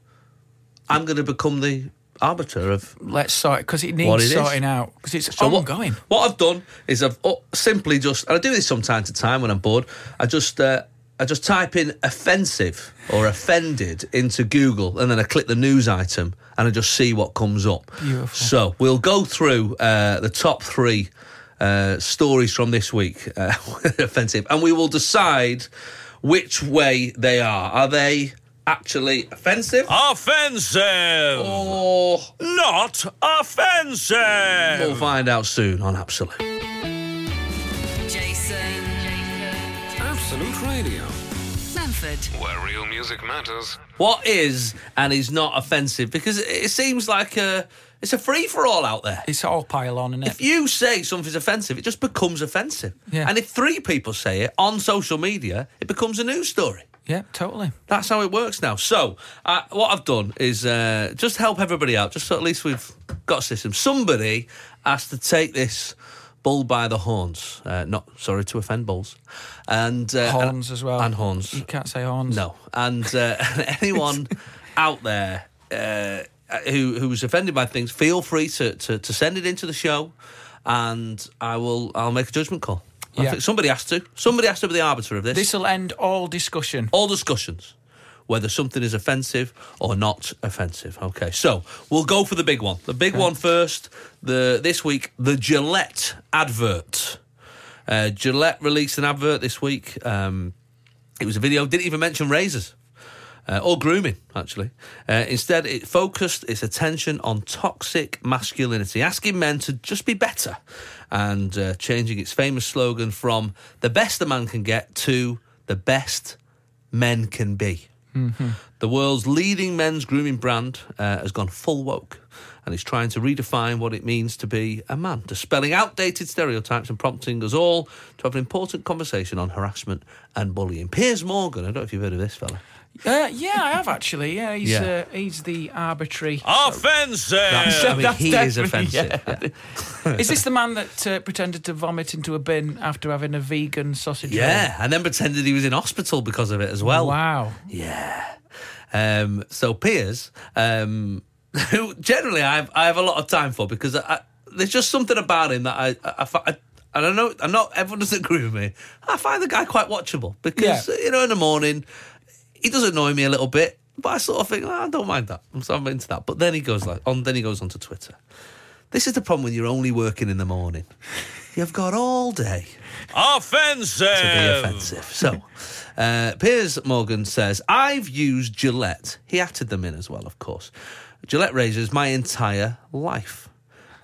Speaker 3: i'm going to become the arbiter of
Speaker 4: Let's sort it because it
Speaker 3: What it
Speaker 4: needs
Speaker 3: is.
Speaker 4: sorting out because it's
Speaker 3: so what-
Speaker 4: ongoing.
Speaker 3: What, I've done is I've uh, simply just, and I do this from time to time when I'm bored. I just uh, I just type in offensive or offended into Google, and then I click the news item, and I just see what comes up.
Speaker 4: Beautiful.
Speaker 3: So we'll go through uh, the top three. Uh, stories from this week, uh, offensive, and we will decide which way they are. Are they actually offensive
Speaker 7: Offensive!
Speaker 3: or
Speaker 7: Not offensive!
Speaker 3: we'll find out soon on Absolute.
Speaker 2: Jason.
Speaker 1: Absolute Radio,
Speaker 2: Manford.
Speaker 1: where real music matters.
Speaker 3: what is and is not offensive because it seems like a it's a free for all out there.
Speaker 4: It's all pile on, and
Speaker 3: If you say something's offensive, it just becomes offensive.
Speaker 4: Yeah.
Speaker 3: And if three people say it on social media, it becomes a news story.
Speaker 4: yeah, totally.
Speaker 3: That's how it works now. So, uh, what I've done is uh, just help everybody out, just so at least we've got a system. Somebody has to take this bull by the horns. Uh, not sorry to offend bulls, and uh,
Speaker 4: Horns
Speaker 3: and-
Speaker 4: as well.
Speaker 3: and horns.
Speaker 4: You can't say horns.
Speaker 3: No, and uh, anyone out there uh, who who was offended by things, feel free to, to, to send it into the show, and I will I'll make a judgment call. I
Speaker 4: Yeah.
Speaker 3: think somebody has to. Somebody has to be the arbiter of this.
Speaker 4: This will end all discussion.
Speaker 3: All discussions, whether something is offensive or not offensive. Okay, so we'll go for the big one. The big one first. The this week the Gillette advert. Uh, Gillette released an advert this week. Um, it was a video. Didn't even mention razors. uh, or grooming, actually. Uh, instead, it focused its attention on toxic masculinity, asking men to just be better and uh, changing its famous slogan from the best a man can get to the best men can be. The world's leading men's grooming brand uh, has gone full woke and is trying to redefine what it means to be a man, dispelling outdated stereotypes and prompting us all to have an important conversation on harassment and bullying. Piers Morgan, I don't know if you've heard of this fella.
Speaker 4: Uh, yeah, I have actually. Yeah, he's
Speaker 3: Yeah. Oh.
Speaker 4: Uh, he's the arbitrary.
Speaker 7: Offensive.
Speaker 3: That's- I mean,
Speaker 4: that's
Speaker 3: he is
Speaker 4: definitely-
Speaker 3: offensive.
Speaker 4: yeah. Is this the man that uh, pretended to vomit into a bin after having a vegan sausage? roll?
Speaker 3: Yeah, and then pretended he was in hospital because of it as well.
Speaker 4: Wow.
Speaker 3: Yeah. Um, so Piers, um, who generally I have, I have a lot of time for because I, I, there's just something about him that I, I, I, fi- I and I know I know everyone doesn't agree with me. I find the guy quite watchable because
Speaker 4: Yeah.
Speaker 3: you know in the morning he does annoy me a little bit, but I sort of think "Ah, I don't mind that. I'm, so I'm into that. But then he goes like on. Then he goes onto Twitter. This is the problem when you're only working in the morning. You've got all day to be
Speaker 7: Offensive.
Speaker 3: offensive. So, uh, Piers Morgan says, I've used Gillette. He added them in as well, of course. Gillette razors my entire life.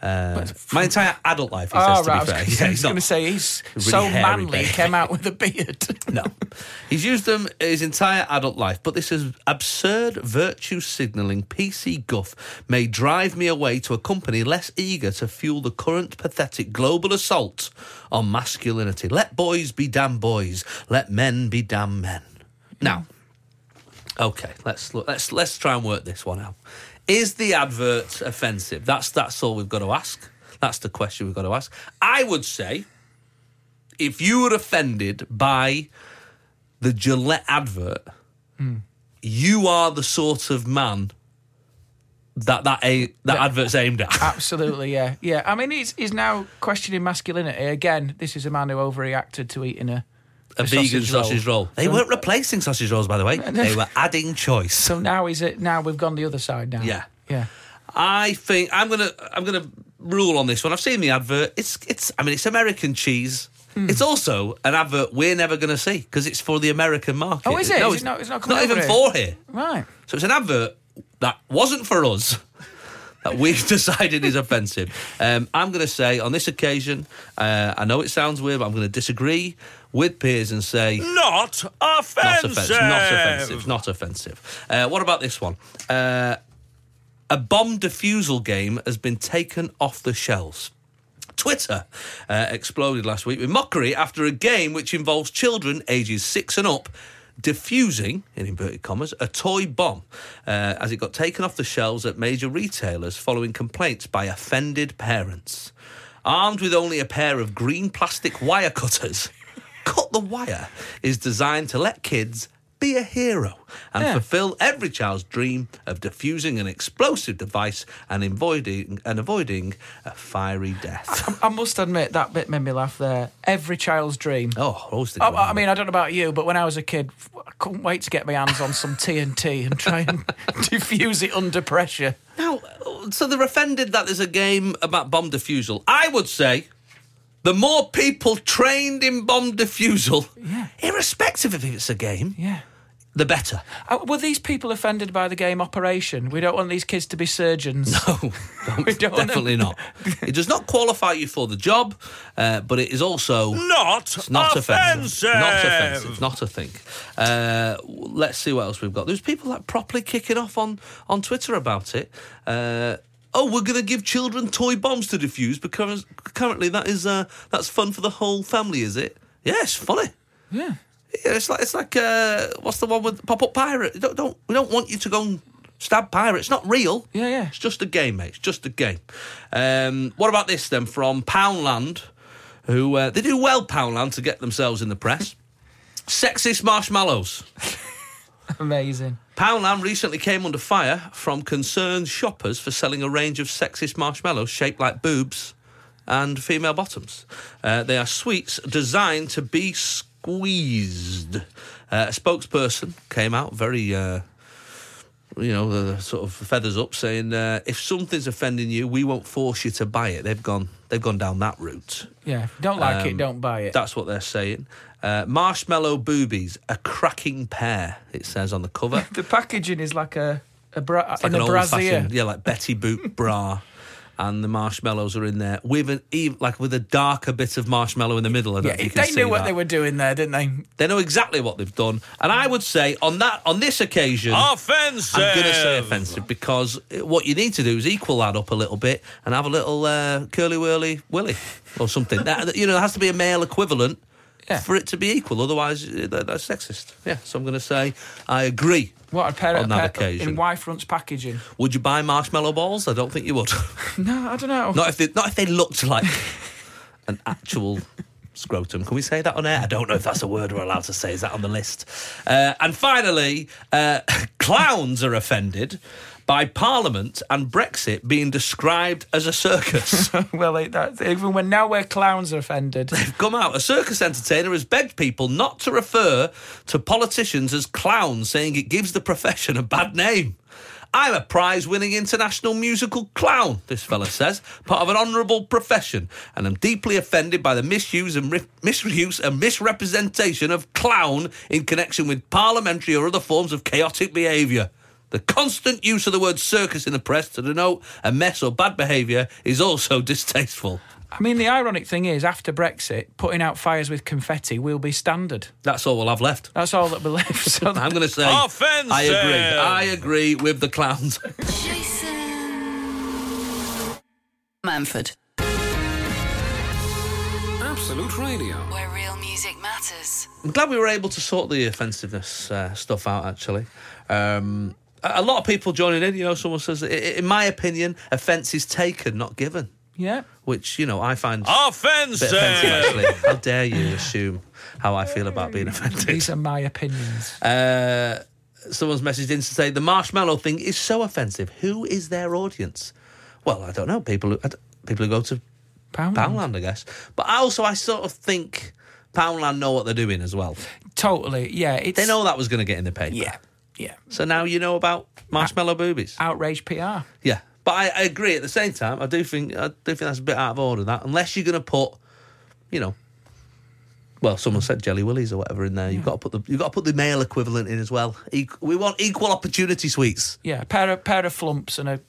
Speaker 3: Uh, my entire adult life, he
Speaker 4: Oh,
Speaker 3: says,
Speaker 4: right. I was
Speaker 3: to be fair.
Speaker 4: gonna-
Speaker 3: Yeah,
Speaker 4: I
Speaker 3: he's
Speaker 4: was going to
Speaker 3: not-
Speaker 4: say he's
Speaker 3: really
Speaker 4: so
Speaker 3: hairy
Speaker 4: manly.
Speaker 3: baby.
Speaker 4: He came out with a beard.
Speaker 3: No. He's used them his entire adult life, but this is absurd virtue signalling PC guff may drive me away to a company less eager to fuel the current pathetic global assault on masculinity. Let boys be damn boys, let men be damn men. Now, okay, let's look, let's let's try and work this one out. Is the advert offensive? That's that's all we've got to ask. That's the question we've got to ask. I would say if you were offended by the Gillette advert, you are the sort of man that that, a, that advert's aimed at.
Speaker 4: Absolutely, yeah, yeah. I mean, he's he's now questioning masculinity again. This is a man who overreacted to eating a
Speaker 3: A vegan
Speaker 4: sausage roll.
Speaker 3: sausage roll. They weren't replacing sausage rolls, by the way. They were adding choice.
Speaker 4: So now he's at, now we've gone the other side now.
Speaker 3: Yeah.
Speaker 4: yeah.
Speaker 3: I think I'm gonna I'm gonna rule on this one. I've seen the advert. It's it's I mean it's American cheese.
Speaker 4: Hmm.
Speaker 3: It's also an advert we're never gonna see because it's for the American market.
Speaker 4: Oh, is it?
Speaker 3: No,
Speaker 4: Is it
Speaker 3: it's
Speaker 4: not- it's not coming
Speaker 3: not
Speaker 4: over
Speaker 3: even
Speaker 4: here?
Speaker 3: for here.
Speaker 4: Right.
Speaker 3: So it's an advert that wasn't for us. That we've decided is offensive. Um, I'm going to say on this occasion, uh, I know it sounds weird, but I'm going to disagree with Piers and say
Speaker 7: Not
Speaker 3: not
Speaker 7: offensive.
Speaker 3: offensive, not offensive, not offensive. Uh, what about this one? Uh, a bomb defusal game has been taken off the shelves. Twitter uh, exploded last week with mockery after a game which involves children ages six and up diffusing, in inverted commas, a toy bomb uh, as it got taken off the shelves at major retailers following complaints by offended parents. Armed with only a pair of green plastic wire cutters, Cut the Wire is designed to let kids be a hero and fulfill every child's dream of diffusing an explosive device and avoiding and avoiding a fiery death.
Speaker 4: I must admit that bit made me laugh there. Every child's dream.
Speaker 3: Oh, I always think
Speaker 4: I,
Speaker 3: about
Speaker 4: I mean, I don't know about you, but when I was a kid, I couldn't wait to get my hands on some TNT and try and diffuse it under pressure.
Speaker 3: that. now, so they're offended that there's a game about bomb defusal. I would say the more people trained in bomb defusal,
Speaker 4: Yeah.
Speaker 3: irrespective of if it's a game,
Speaker 4: Yeah.
Speaker 3: the better.
Speaker 4: Uh, were these people offended by the game Operation? We don't want these kids to be surgeons.
Speaker 3: No,
Speaker 4: We don't want
Speaker 3: definitely not. It does not qualify you for the job, uh, but it is also
Speaker 7: Not
Speaker 3: It's not offensive.
Speaker 7: offensive.
Speaker 3: Not offensive. Not a thing. Uh, w- let's see what else we've got. There's people like properly kicking off on on Twitter about it. Uh, oh, we're going to give children toy bombs to defuse because currently that is uh, that's fun for the whole family, is it? Yeah, it's funny.
Speaker 4: Yeah.
Speaker 3: Yeah, it's like it's like uh, what's the one with pop up pirate? Don't, don't we don't want you to go and stab pirates. It's not real.
Speaker 4: Yeah, yeah.
Speaker 3: It's just a game, mate. It's just a game. Um, what about this then from Poundland? Who uh, they do well, Poundland, to get themselves in the press. Sexist marshmallows.
Speaker 4: Amazing.
Speaker 3: Poundland recently came under fire from concerned shoppers for selling a range of sexist marshmallows shaped like boobs and female bottoms. Uh, they are sweets designed to be squeezed. Uh, a spokesperson came out very. Uh, you know, the, the sort of feathers up, saying uh, if something's offending you, we won't force you to buy it. They've gone, they've gone down that route.
Speaker 4: Yeah, if you don't like
Speaker 3: Um,
Speaker 4: it, don't buy it.
Speaker 3: That's what they're saying. Uh, marshmallow boobies, a cracking pair. It says on the cover.
Speaker 4: the packaging is like a a bra
Speaker 3: like
Speaker 4: in
Speaker 3: an
Speaker 4: a
Speaker 3: old
Speaker 4: brassiere.
Speaker 3: fashioned, yeah, like Betty Boot bra. And the marshmallows are in there with an ev- like with a darker bit of marshmallow in the middle. I don't
Speaker 4: Yeah,
Speaker 3: know if you can
Speaker 4: they
Speaker 3: see
Speaker 4: knew what
Speaker 3: that.
Speaker 4: they were doing there, didn't they?
Speaker 3: They know exactly what they've done. And I would say on that on this occasion,
Speaker 7: Offensive.
Speaker 3: I'm going to say offensive because what you need to do is equal that up a little bit and have a little uh, curly whirly willy or something. that, you know, there has to be a male equivalent
Speaker 4: Yeah.
Speaker 3: for it to be equal. Otherwise, uh, that, that's sexist. Yeah, so I'm going to say I agree.
Speaker 4: What a pair
Speaker 3: on
Speaker 4: a
Speaker 3: that
Speaker 4: pair-
Speaker 3: occasion.
Speaker 4: in Y fronts packaging.
Speaker 3: Would you buy marshmallow balls? I don't think you would.
Speaker 4: No, I don't know.
Speaker 3: not if they, not if they looked like an actual scrotum. Can we say that on air? I don't know if that's a word we're allowed to say. Is that on the list? Uh, and finally, uh, clowns are offended by Parliament and Brexit being described as a circus.
Speaker 4: well, like that even when now where clowns are offended.
Speaker 3: Come out, a circus entertainer has begged people not to refer to politicians as clowns, saying it gives the profession a bad name. I'm a prize winning international musical clown, this fella says, part of an honourable profession, and I'm deeply offended by the misuse and, ri- misuse and misrepresentation of clown in connection with parliamentary or other forms of chaotic behaviour. The constant use of the word circus in the press to denote a mess or bad behaviour is also distasteful.
Speaker 4: I mean, the ironic thing is, after Brexit, putting out fires with confetti will be standard.
Speaker 3: That's all we'll have left.
Speaker 4: That's all that we left. So
Speaker 3: I'm going to say
Speaker 7: Offensive.
Speaker 3: I agree. I agree with the clowns.
Speaker 2: Jason Manford,
Speaker 1: Absolute Radio.
Speaker 2: where real music matters.
Speaker 3: I'm glad we were able to sort the offensiveness uh, stuff out. Actually, um, a a lot of people joining in. You know, someone says, "I- I- in my opinion, offence is taken, not given,
Speaker 4: yeah.
Speaker 3: which you know I find. a Bit offensive,
Speaker 7: Offensive.
Speaker 3: actually. How dare you assume how I feel about being offended?
Speaker 4: These are my opinions.
Speaker 3: Uh, someone's messaged in to say the marshmallow thing is so offensive. Who is their audience? Well, I don't know. People who I d- people who go to
Speaker 4: Poundland.
Speaker 3: Poundland, I guess. But I also I sort of think Poundland know what they're doing as well.
Speaker 4: Totally. Yeah. It's,
Speaker 3: They know that was going to get in the paper.
Speaker 4: Yeah. Yeah.
Speaker 3: So now you know about marshmallow boobies.
Speaker 4: Outrage PR.
Speaker 3: Yeah. But I, I agree. At the same time, I do think I do think that's a bit out of order. That unless you're going to put, you know. Well, someone said jelly willies or whatever in there. You've got to put the you've got to put the male equivalent in as well. Equ- we want equal opportunity sweets.
Speaker 4: Yeah. A pair of pair of flumps and a,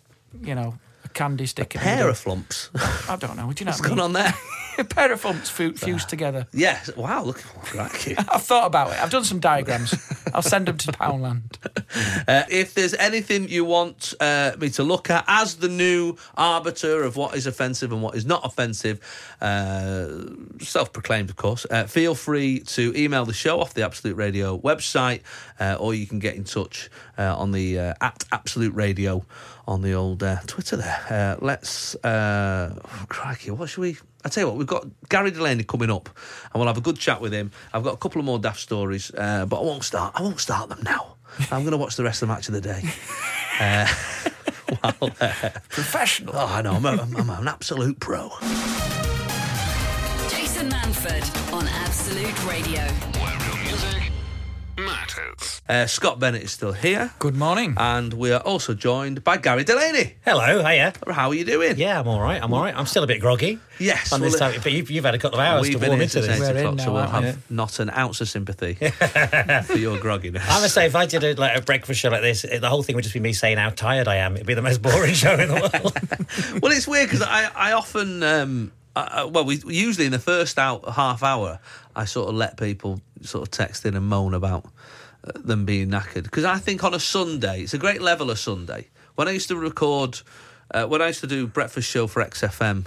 Speaker 4: you know, a candy stick. in the
Speaker 3: Pair
Speaker 4: middle.
Speaker 3: of flumps.
Speaker 4: I don't know. Do you know
Speaker 3: What's
Speaker 4: what I
Speaker 3: going
Speaker 4: mean?
Speaker 3: on there?
Speaker 4: A pair of flumps fu- fused together.
Speaker 3: yeah. Wow. Look. Crikey.
Speaker 4: I've thought about it. I've done some diagrams. I'll send them to Poundland.
Speaker 3: Uh, if there's anything you want uh, me to look at as the new arbiter of what is offensive and what is not offensive, uh, self proclaimed, of course, uh, feel free to email the show off the Absolute Radio website uh, or you can get in touch uh, on the uh, at Absolute Radio on the old uh, Twitter there. Uh, let's, uh, crikey, what should we? I tell you what, we've got Gary Delaney coming up, and we'll have a good chat with him. I've got a couple of more daft stories, uh, but I won't start. I won't start them now. I'm going to watch the rest of the match of the day. Uh, while, uh,
Speaker 4: Professional.
Speaker 3: oh, I know, I'm, a, I'm, I'm an absolute pro.
Speaker 2: Jason Manford on Absolute Radio.
Speaker 1: Where real music matters.
Speaker 3: Uh, Scott Bennett is still here,
Speaker 4: Good morning.
Speaker 3: and we are also joined by Gary Delaney.
Speaker 8: Hello, hiya.
Speaker 3: How are you doing?
Speaker 8: Yeah, I'm all right. I'm all right. I'm still a bit groggy.
Speaker 3: Yes,
Speaker 8: On this
Speaker 3: well,
Speaker 8: time, but you've, you've had a couple of hours to
Speaker 3: We've been
Speaker 8: warm
Speaker 3: in
Speaker 8: into
Speaker 3: since
Speaker 8: this.
Speaker 4: We're
Speaker 3: 8
Speaker 4: in
Speaker 3: o'clock,
Speaker 4: now,
Speaker 3: so we'll
Speaker 4: aren't
Speaker 3: have
Speaker 4: we?
Speaker 3: not an ounce of sympathy for your grogginess.
Speaker 8: I must say, if I did a, like a breakfast show like this, it- the whole thing would just be me saying how tired I am. It'd be the most boring show in the world.
Speaker 3: well, it's weird because I, I often, um, I, I- well, we usually in the first out half hour, I sort of let people sort of text in and moan about uh, them being knackered because I think on a Sunday it's a great level of Sunday. When I used to record, uh, when I used to do breakfast show for XFM.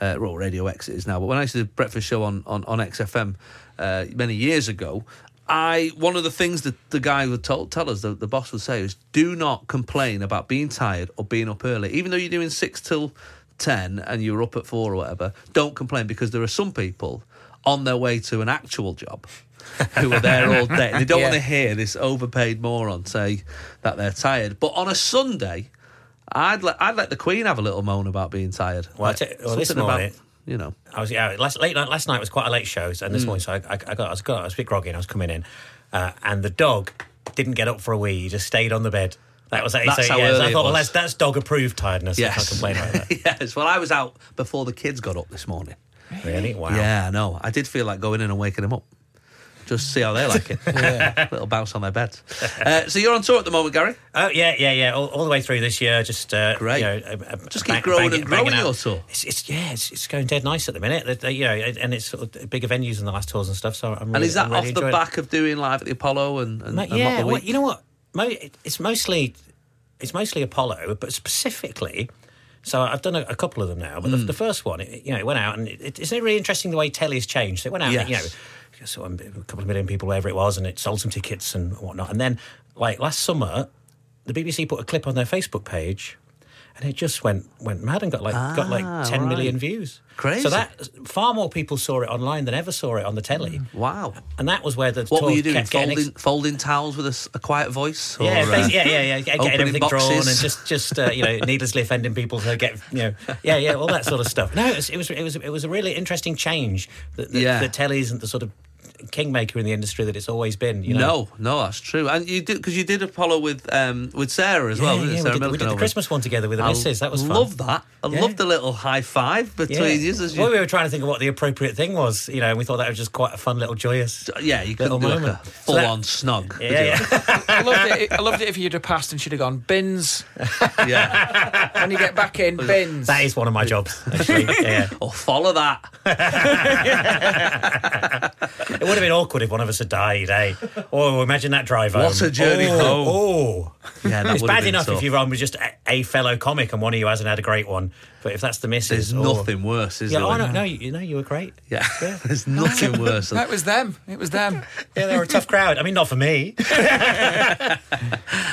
Speaker 3: Uh, well, Radio X it is now, but when I used to do breakfast show on on, on XFM uh, many years ago, I one of the things that the guy would tell, tell us, the, the boss would say, is do not complain about being tired or being up early, even though you're doing six till ten and you're up at four or whatever. Don't complain because there are some people on their way to an actual job who are there all day. They don't
Speaker 4: Yeah.
Speaker 3: want to hear this overpaid moron say that they're tired. But on a Sunday, I'd let I'd let the Queen have a little moan about being tired.
Speaker 8: Well, I tell- well, this
Speaker 3: something
Speaker 8: morning-
Speaker 3: you know.
Speaker 8: I was yeah, last, late night last night was quite a late show, and
Speaker 3: Mm.
Speaker 8: this morning so I, I, I got I was, got I was a bit groggy and I was coming in, uh, and the dog didn't get up for a wee. He just stayed on the bed. That was it.
Speaker 3: That's
Speaker 8: so,
Speaker 3: how
Speaker 8: yeah, so
Speaker 3: early
Speaker 8: I
Speaker 3: it
Speaker 8: thought, well,
Speaker 3: was.
Speaker 8: that's, that's dog approved tiredness. I can't
Speaker 3: Yes.
Speaker 8: complain about that.
Speaker 3: yes. Well, I was out before the kids got up this morning.
Speaker 8: really? Wow.
Speaker 3: Yeah, I know. I did feel like going in and waking them up. Just see how they like it. Little bounce on their beds. Uh, so you're on tour at the moment, Gary.
Speaker 8: Oh yeah, yeah, yeah. All, all the way through this year, just uh,
Speaker 3: Great.
Speaker 8: You know, uh, uh,
Speaker 3: Just keep growing and growing
Speaker 8: banging out.
Speaker 3: your tour.
Speaker 8: It's, it's yeah, it's, it's going dead nice at the minute. That- that, you know, and it's sort of bigger venues than the last tours and stuff. So I'm
Speaker 3: And
Speaker 8: really,
Speaker 3: is that
Speaker 8: I'm really
Speaker 3: off the
Speaker 8: enjoying it.
Speaker 3: back of doing live at the Apollo and, and,
Speaker 8: Ma-
Speaker 3: and Mock
Speaker 8: yeah,
Speaker 3: the
Speaker 8: well,
Speaker 3: Week?
Speaker 8: you know what? Mo- it- it's mostly it's mostly Apollo, but specifically. So I've done a, a couple of them now,
Speaker 3: Mm.
Speaker 8: but the, the first one, it, you know, it went out, and it, it, isn't it really interesting the way telly's changed? So it went out, you know,
Speaker 3: Yes.
Speaker 8: so um, a couple of million people, wherever it was, and it sold some tickets and whatnot. And then, like last summer, the BBC put a clip on their Facebook page, and it just went went mad and got like got like
Speaker 3: Ah,
Speaker 8: ten million
Speaker 3: right.
Speaker 8: views.
Speaker 3: Crazy.
Speaker 8: So that far more people saw it online than ever saw it on the telly.
Speaker 3: wow.
Speaker 8: And that was where the
Speaker 3: Mm. What
Speaker 8: tour
Speaker 3: were you doing?
Speaker 8: kept getting
Speaker 3: Folding, folding towels with a, s- a quiet voice? Or,
Speaker 8: yeah,
Speaker 3: uh,
Speaker 8: basi- yeah, yeah, yeah, yeah.
Speaker 3: opening
Speaker 8: Getting everything drawn and
Speaker 3: boxes.
Speaker 8: just, just uh, you know, needlessly offending people to get, you know, yeah, yeah, all that sort of stuff. No, it was, it was, it was, it was a really interesting change. That the,
Speaker 3: Yeah.
Speaker 8: the telly isn't the sort of kingmaker in the industry that it's always been. You know?
Speaker 3: No, no, that's true. And you did because you did Apollo with um, with Sarah as
Speaker 8: yeah,
Speaker 3: well.
Speaker 8: yeah,
Speaker 3: didn't you?
Speaker 8: we
Speaker 3: Sarah
Speaker 8: did, we did the
Speaker 3: Milkenova.
Speaker 8: Christmas one together with the
Speaker 3: I
Speaker 8: missus. That was fun.
Speaker 3: Love that. I
Speaker 8: Yeah.
Speaker 3: love the little high five
Speaker 8: Yeah.
Speaker 3: between you. as you-
Speaker 8: Well, we were trying to think of what the appropriate thing was, you know, and we thought that was just quite a fun little joyous.
Speaker 3: yeah, you
Speaker 8: little
Speaker 3: couldn't do like a
Speaker 8: moment. So
Speaker 3: full
Speaker 8: that-
Speaker 3: on snog. could
Speaker 8: Yeah,
Speaker 3: you?
Speaker 8: yeah.
Speaker 4: I loved it. I loved it if you'd have passed and should have gone bins.
Speaker 3: yeah.
Speaker 4: When you get back in, bins.
Speaker 8: that is one of my jobs. Actually. Yeah.
Speaker 3: Or follow that.
Speaker 8: It would have been awkward if one of us had died, eh? Oh, imagine that drive home.
Speaker 3: What a journey
Speaker 8: oh,
Speaker 3: home.
Speaker 8: Oh.
Speaker 3: Yeah, that
Speaker 8: it's
Speaker 3: would've
Speaker 8: bad
Speaker 3: been
Speaker 8: enough
Speaker 3: tough.
Speaker 8: if you're on with just a, a fellow comic and one of you hasn't had a great one. But if that's the missus,
Speaker 3: There's
Speaker 8: oh.
Speaker 3: nothing worse, is
Speaker 8: Yeah,
Speaker 3: there?
Speaker 8: oh,
Speaker 3: when-
Speaker 8: no, no, you, you know, you were great.
Speaker 3: Yeah, there's nothing worse.
Speaker 4: No,
Speaker 3: Than,
Speaker 4: it was them. It was them.
Speaker 8: Yeah, they were a tough crowd. I mean, not for me.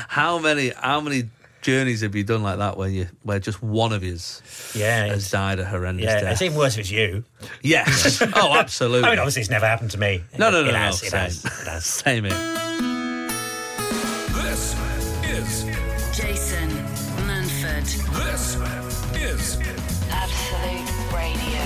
Speaker 3: how many how many journeys have you done like that where you where just one of yous
Speaker 8: Yeah,
Speaker 3: has
Speaker 8: it's,
Speaker 3: died a horrendous
Speaker 8: yeah,
Speaker 3: death?
Speaker 8: it's even worse if it's you.
Speaker 3: Yes. oh, absolutely.
Speaker 8: I mean, obviously, it's never happened to me.
Speaker 3: no, no,
Speaker 8: It
Speaker 3: no, no.
Speaker 8: has, it
Speaker 3: same.
Speaker 8: has, it has.
Speaker 3: Same here.
Speaker 1: This is
Speaker 2: Jason Manford.
Speaker 1: this is
Speaker 2: Absolute Radio.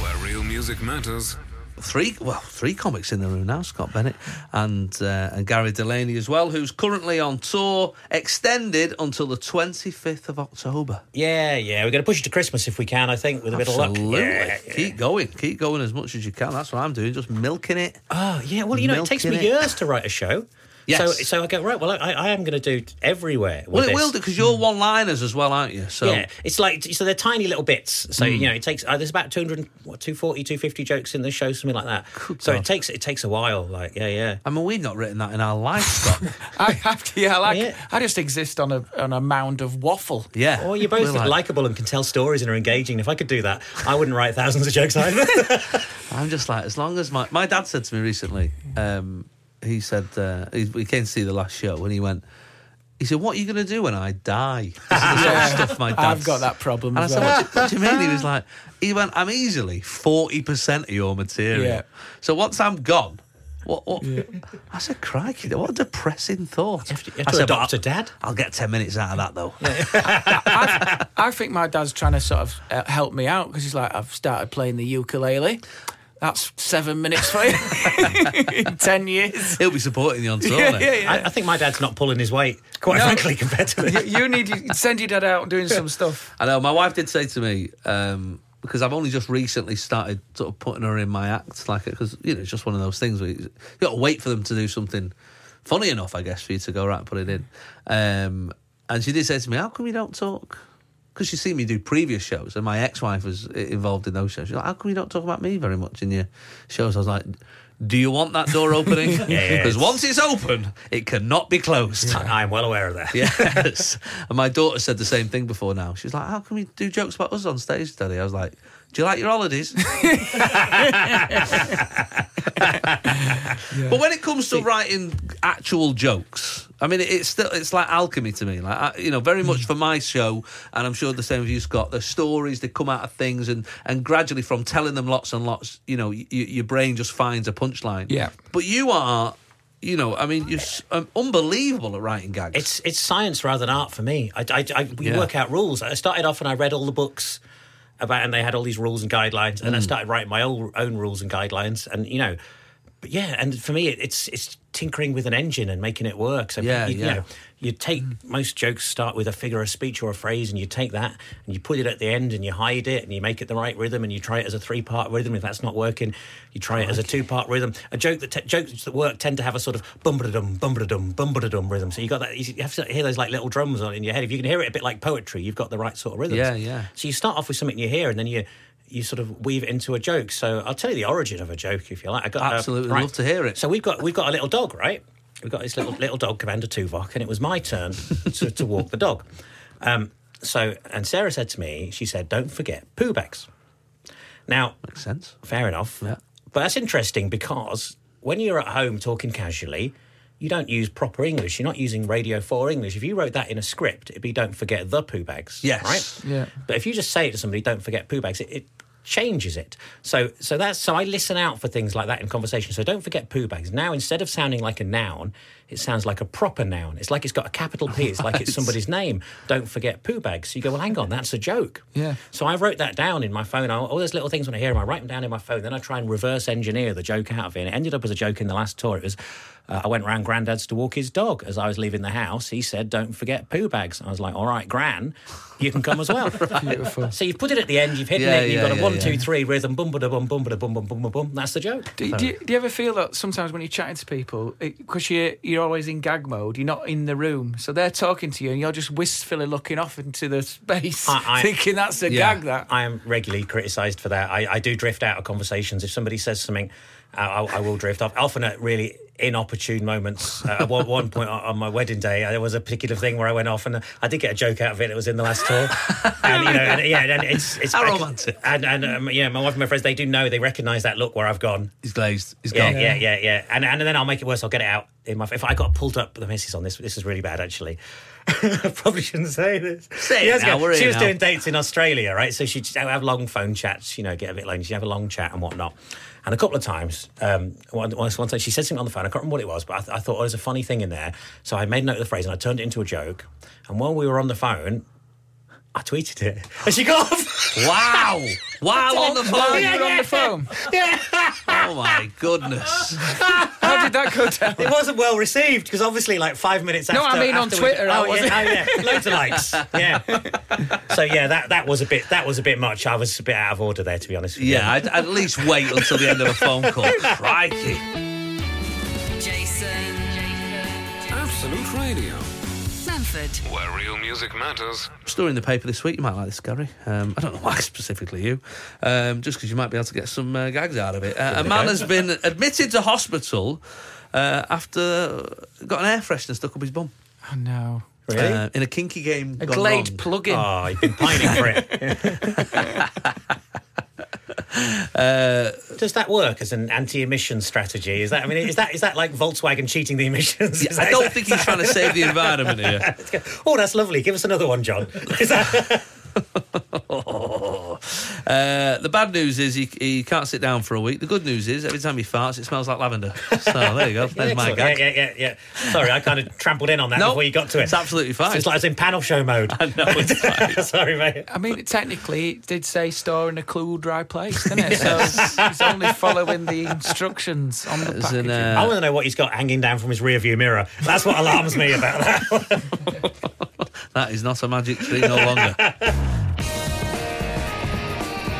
Speaker 1: where real music matters.
Speaker 3: Three well, three comics in the room now: Scott Bennett and uh, and Gary Delaney as well, who's currently on tour, extended until the twenty fifth of October.
Speaker 8: Yeah, yeah, we're going to push it to Christmas if we can. I think with a bit of
Speaker 3: Absolutely.
Speaker 8: luck. Yeah, yeah.
Speaker 3: Keep going. Keep going as much as you can. That's what I'm doing. Just milking it.
Speaker 8: Oh yeah, well you know it takes me
Speaker 3: Milking it.
Speaker 8: years to write a show.
Speaker 3: Yes.
Speaker 8: So so I go right. Well, I, I am going to do everywhere. with
Speaker 3: Well, it
Speaker 8: this.
Speaker 3: will do because you're one liners as well, aren't you? So
Speaker 8: Yeah, it's like so they're tiny little bits. So you know, it takes uh, there's about 200, what, 240, 250 jokes in the show, something like that. so it takes it takes a while. Like yeah, yeah.
Speaker 3: I mean, we've not written that in our life, Scott.
Speaker 4: I have to. Yeah, like
Speaker 8: Yeah.
Speaker 4: I just exist on a on a mound of waffle.
Speaker 3: yeah.
Speaker 8: Or you're
Speaker 3: We're
Speaker 8: both
Speaker 3: like,
Speaker 8: likable and can tell stories and are engaging. If I could do that, I wouldn't write thousands of jokes either.
Speaker 3: I'm just like, as long as my my dad said to me recently, um, he said uh, he, he came to see the last show and he went. He said, "What are you going to do when I die?" This is the sort of stuff my dad's-
Speaker 4: I've got that problem
Speaker 3: And I
Speaker 4: as
Speaker 3: said,
Speaker 4: well.
Speaker 3: what, do, what do you mean? He was like, he went, I'm easily 40% of your material.
Speaker 4: Yeah.
Speaker 3: So once I'm gone, what, what? I said, crikey, what a depressing thought.
Speaker 8: you have
Speaker 3: I
Speaker 8: to
Speaker 3: said, "But
Speaker 8: adopt
Speaker 3: I'll-
Speaker 8: a dad."
Speaker 3: I'll get 10 minutes out of that, though.
Speaker 4: I think my dad's trying to sort of uh, help me out because he's like, I've started playing the ukulele. That's seven minutes for you in ten years.
Speaker 3: He'll be supporting you on tour.
Speaker 4: Yeah,
Speaker 3: mate.
Speaker 4: yeah, yeah.
Speaker 8: I, I think my dad's not pulling his weight, quite
Speaker 4: No.
Speaker 8: frankly, compared to this.
Speaker 4: You need to send your dad out doing some stuff.
Speaker 3: I know. My wife did say to me um, because I've only just recently started sort of putting her in my act, like because you know it's just one of those things where you, you got to wait for them to do something funny enough, I guess, for you to go right and put it in. Um, and she did say to me, "How come you don't talk?" Because she's seen me do previous shows, and my ex-wife was i- involved in those shows. She's like, "How come you don't talk about me very much in your shows?" I was like. Do you want that door opening? Because
Speaker 8: it's-
Speaker 3: once it's open, it cannot be closed.
Speaker 8: I am well aware of that.
Speaker 3: Yes. and my daughter said the same thing before now. She's like, How can we do jokes about us on stage, Daddy? I was like, Do you like your holidays? But when it comes to writing actual jokes, I mean, it's still it's like alchemy to me. Like I, you know, very much for my show, and I'm sure the same with you, Scott. The stories they come out of things, and and gradually from telling them lots and lots, you know, y- y- your brain just finds a punchline.
Speaker 4: Yeah.
Speaker 3: But you are, you know, I mean, you're s- um, unbelievable at writing gags.
Speaker 8: It's it's science rather than art for me. I, I, I- we
Speaker 3: Yeah.
Speaker 8: work out rules. I started off and I read all the books
Speaker 3: Mm.
Speaker 8: about, and they had all these rules and guidelines, and I started writing my own, own rules and guidelines. And you know, But yeah, and for me, it, it's it's tinkering with an engine and making it work. So
Speaker 3: Yeah,
Speaker 8: you,
Speaker 3: yeah.
Speaker 8: you know, you take most jokes start with a figure of speech or a phrase, and you take that and you put it at the end and you hide it and you make it the right rhythm and you try it as a three part rhythm. If that's not working, you try it as a two part rhythm. A joke that te- jokes that work tend to have a sort of bum ba dum bum ba dum bum ba dum rhythm. So you got that you have to hear those like little drums on in your head. If you can hear it a bit like poetry, you've got the right sort of rhythm.
Speaker 3: Yeah, yeah.
Speaker 8: So you start off with something you hear, and then you you sort of weave it into a joke. So I'll tell you the origin of a joke if you like. I got uh,
Speaker 3: Absolutely, love to hear it.
Speaker 8: So we've got we've got a little dog, right? We've got this little little dog, Commander Tuvok, and it was my turn to, to walk the dog. Um, so and Sarah said to me, she said, "Don't forget poo bags." Now,
Speaker 3: Makes sense.
Speaker 8: fair enough.
Speaker 3: Yeah.
Speaker 8: But that's interesting because when you're at home talking casually, you don't use proper English. You're not using Radio 4 English. If you wrote that in a script, it'd be don't forget the poo bags.
Speaker 3: Yes.
Speaker 8: Right?
Speaker 4: Yeah.
Speaker 8: But if you just say it to somebody, don't forget poo bags, it, it changes it. So so that's so I listen out for things like that in conversation. So don't forget poo bags. Now instead of sounding like a noun, it sounds like a proper noun. It's like it's got a capital P. It's like it's somebody's name. Don't forget poo bags. So you go, well hang on, that's a joke.
Speaker 4: Yeah.
Speaker 8: So I wrote that down in my phone. I- All those little things when I hear them, I write them down in my phone. Then I try and reverse engineer the joke out of it. And it ended up as a joke in the last tour. It was, uh, I went round Grandad's to walk his dog. As I was leaving the house, he said, "Don't forget poo bags." I was like, "All right, Gran, you can come as well."
Speaker 4: Beautiful.
Speaker 8: So you've put it at the end. You've hidden
Speaker 3: Yeah,
Speaker 8: it. You've
Speaker 3: yeah,
Speaker 8: got a
Speaker 3: yeah,
Speaker 8: one,
Speaker 3: yeah.
Speaker 8: two, three rhythm. Bum ba da bum bum ba da bum bum bum bum bum. That's the joke.
Speaker 4: Do, do, you, do you ever feel that sometimes when you're chatting to people, because you're, you're always in gag mode, you're not in the room, so they're talking to you and you're just wistfully looking off into the space,
Speaker 8: I- I-
Speaker 4: thinking that's a
Speaker 3: Yeah.
Speaker 4: gag, that.
Speaker 8: I am regularly criticised for that. I, I do drift out of conversations. If somebody says something, uh, I, I will drift off. Often at really inopportune moments. Uh, at one, one point on on my wedding day, uh, there was a particular thing where I went off, and uh, I did get a joke out of it. It was in the last tour, and you know, and, yeah, and it's it's
Speaker 3: How romantic.
Speaker 8: And and um, yeah, my wife and my friends they do know they recognise that look where I've gone.
Speaker 3: He's glazed. He's
Speaker 8: Yeah,
Speaker 3: gone.
Speaker 8: yeah, yeah, yeah. And and then I'll make it worse. I'll get it out in my. If I got pulled up, the missus on this. This is really bad, actually. I probably shouldn't say this.
Speaker 3: Say it
Speaker 8: Years
Speaker 3: now,
Speaker 8: ago,
Speaker 3: we're
Speaker 8: she
Speaker 3: here
Speaker 8: was
Speaker 3: now.
Speaker 8: doing dates in Australia, right? So she'd have long phone chats. You know, get a bit lonely. She'd have a long chat and whatnot. And a couple of times, um, one, one one time she said something on the phone. I can't remember what it was, but I, th- I thought oh, there's a funny thing in there. So I made note of the phrase and I turned it into a joke. And while we were on the phone, I tweeted it, and she got off.
Speaker 3: Wow. Wow on the
Speaker 4: Oh,
Speaker 3: phone.
Speaker 4: you were on the phone.
Speaker 3: Oh my goodness.
Speaker 4: How did that go down?
Speaker 8: It wasn't well received because obviously, like five minutes after.
Speaker 4: No, I mean on
Speaker 8: afterwards-
Speaker 4: Twitter, I
Speaker 8: Oh, yeah, oh, yeah. loads of likes. Yeah. So yeah, that, that was a bit that was a bit much. I was a bit out of order there, to be honest. With
Speaker 3: Yeah,
Speaker 8: you.
Speaker 3: I'd I'd at least wait until the end of a phone call. Crikey.
Speaker 2: Jason. Jason.
Speaker 1: Absolute Radio,
Speaker 2: Manford.
Speaker 1: where real music matters.
Speaker 3: Story in the paper this week. You might like this, Gary. Um, I don't know why specifically you, um, just because you might be able to get some uh, gags out of it. Uh, a man has been admitted to hospital uh, after got an air freshener stuck up his bum
Speaker 4: Oh, no.
Speaker 8: Really?
Speaker 3: uh, in a kinky game.
Speaker 4: A
Speaker 3: gone
Speaker 4: Glade
Speaker 3: wrong.
Speaker 4: plug-in.
Speaker 8: Oh, you've been pining for it.
Speaker 3: Uh,
Speaker 8: Does that work as an anti-emission strategy? Is that I mean, is that is that like Volkswagen cheating the emissions? Is
Speaker 3: Yeah,
Speaker 8: that-
Speaker 3: I
Speaker 8: is
Speaker 3: don't
Speaker 8: that-
Speaker 3: think he's trying to save the environment here.
Speaker 8: Oh, that's lovely. Give us another one, John. Is that-
Speaker 3: Uh, the bad news is he, he can't sit down for a week. The good news is every time he farts, it smells like lavender. So there you go. There's Oh, my
Speaker 8: Excellent.
Speaker 3: gag.
Speaker 8: Yeah, yeah, yeah, yeah. Sorry, I kind of trampled in on that
Speaker 3: No,
Speaker 8: before you got to it.
Speaker 3: it's absolutely fine.
Speaker 8: So it's like I was in panel show mode. I know. Sorry, mate.
Speaker 4: I mean, technically, it did say store in a cool, dry place, didn't it? So it's only following the instructions on the
Speaker 3: As in,
Speaker 4: packaging.
Speaker 3: uh,
Speaker 8: I want to know what he's got hanging down from his rearview mirror. That's what alarms me about that.
Speaker 3: that is not a magic tree no longer.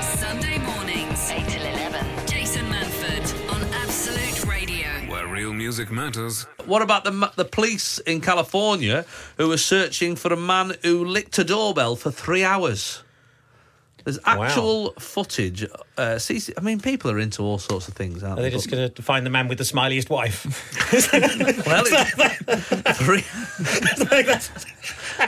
Speaker 2: Sunday mornings. 8 till 11. Jason Manford on Absolute Radio.
Speaker 1: Where real music matters.
Speaker 3: What about the ma- the police in California who are searching for a man who licked a doorbell for three hours? There's actual footage. Uh, CC- I mean, people are into all sorts of things, aren't
Speaker 8: Are
Speaker 3: they?
Speaker 8: they just going to find the man with the smiliest wife?
Speaker 3: But- well, it's three,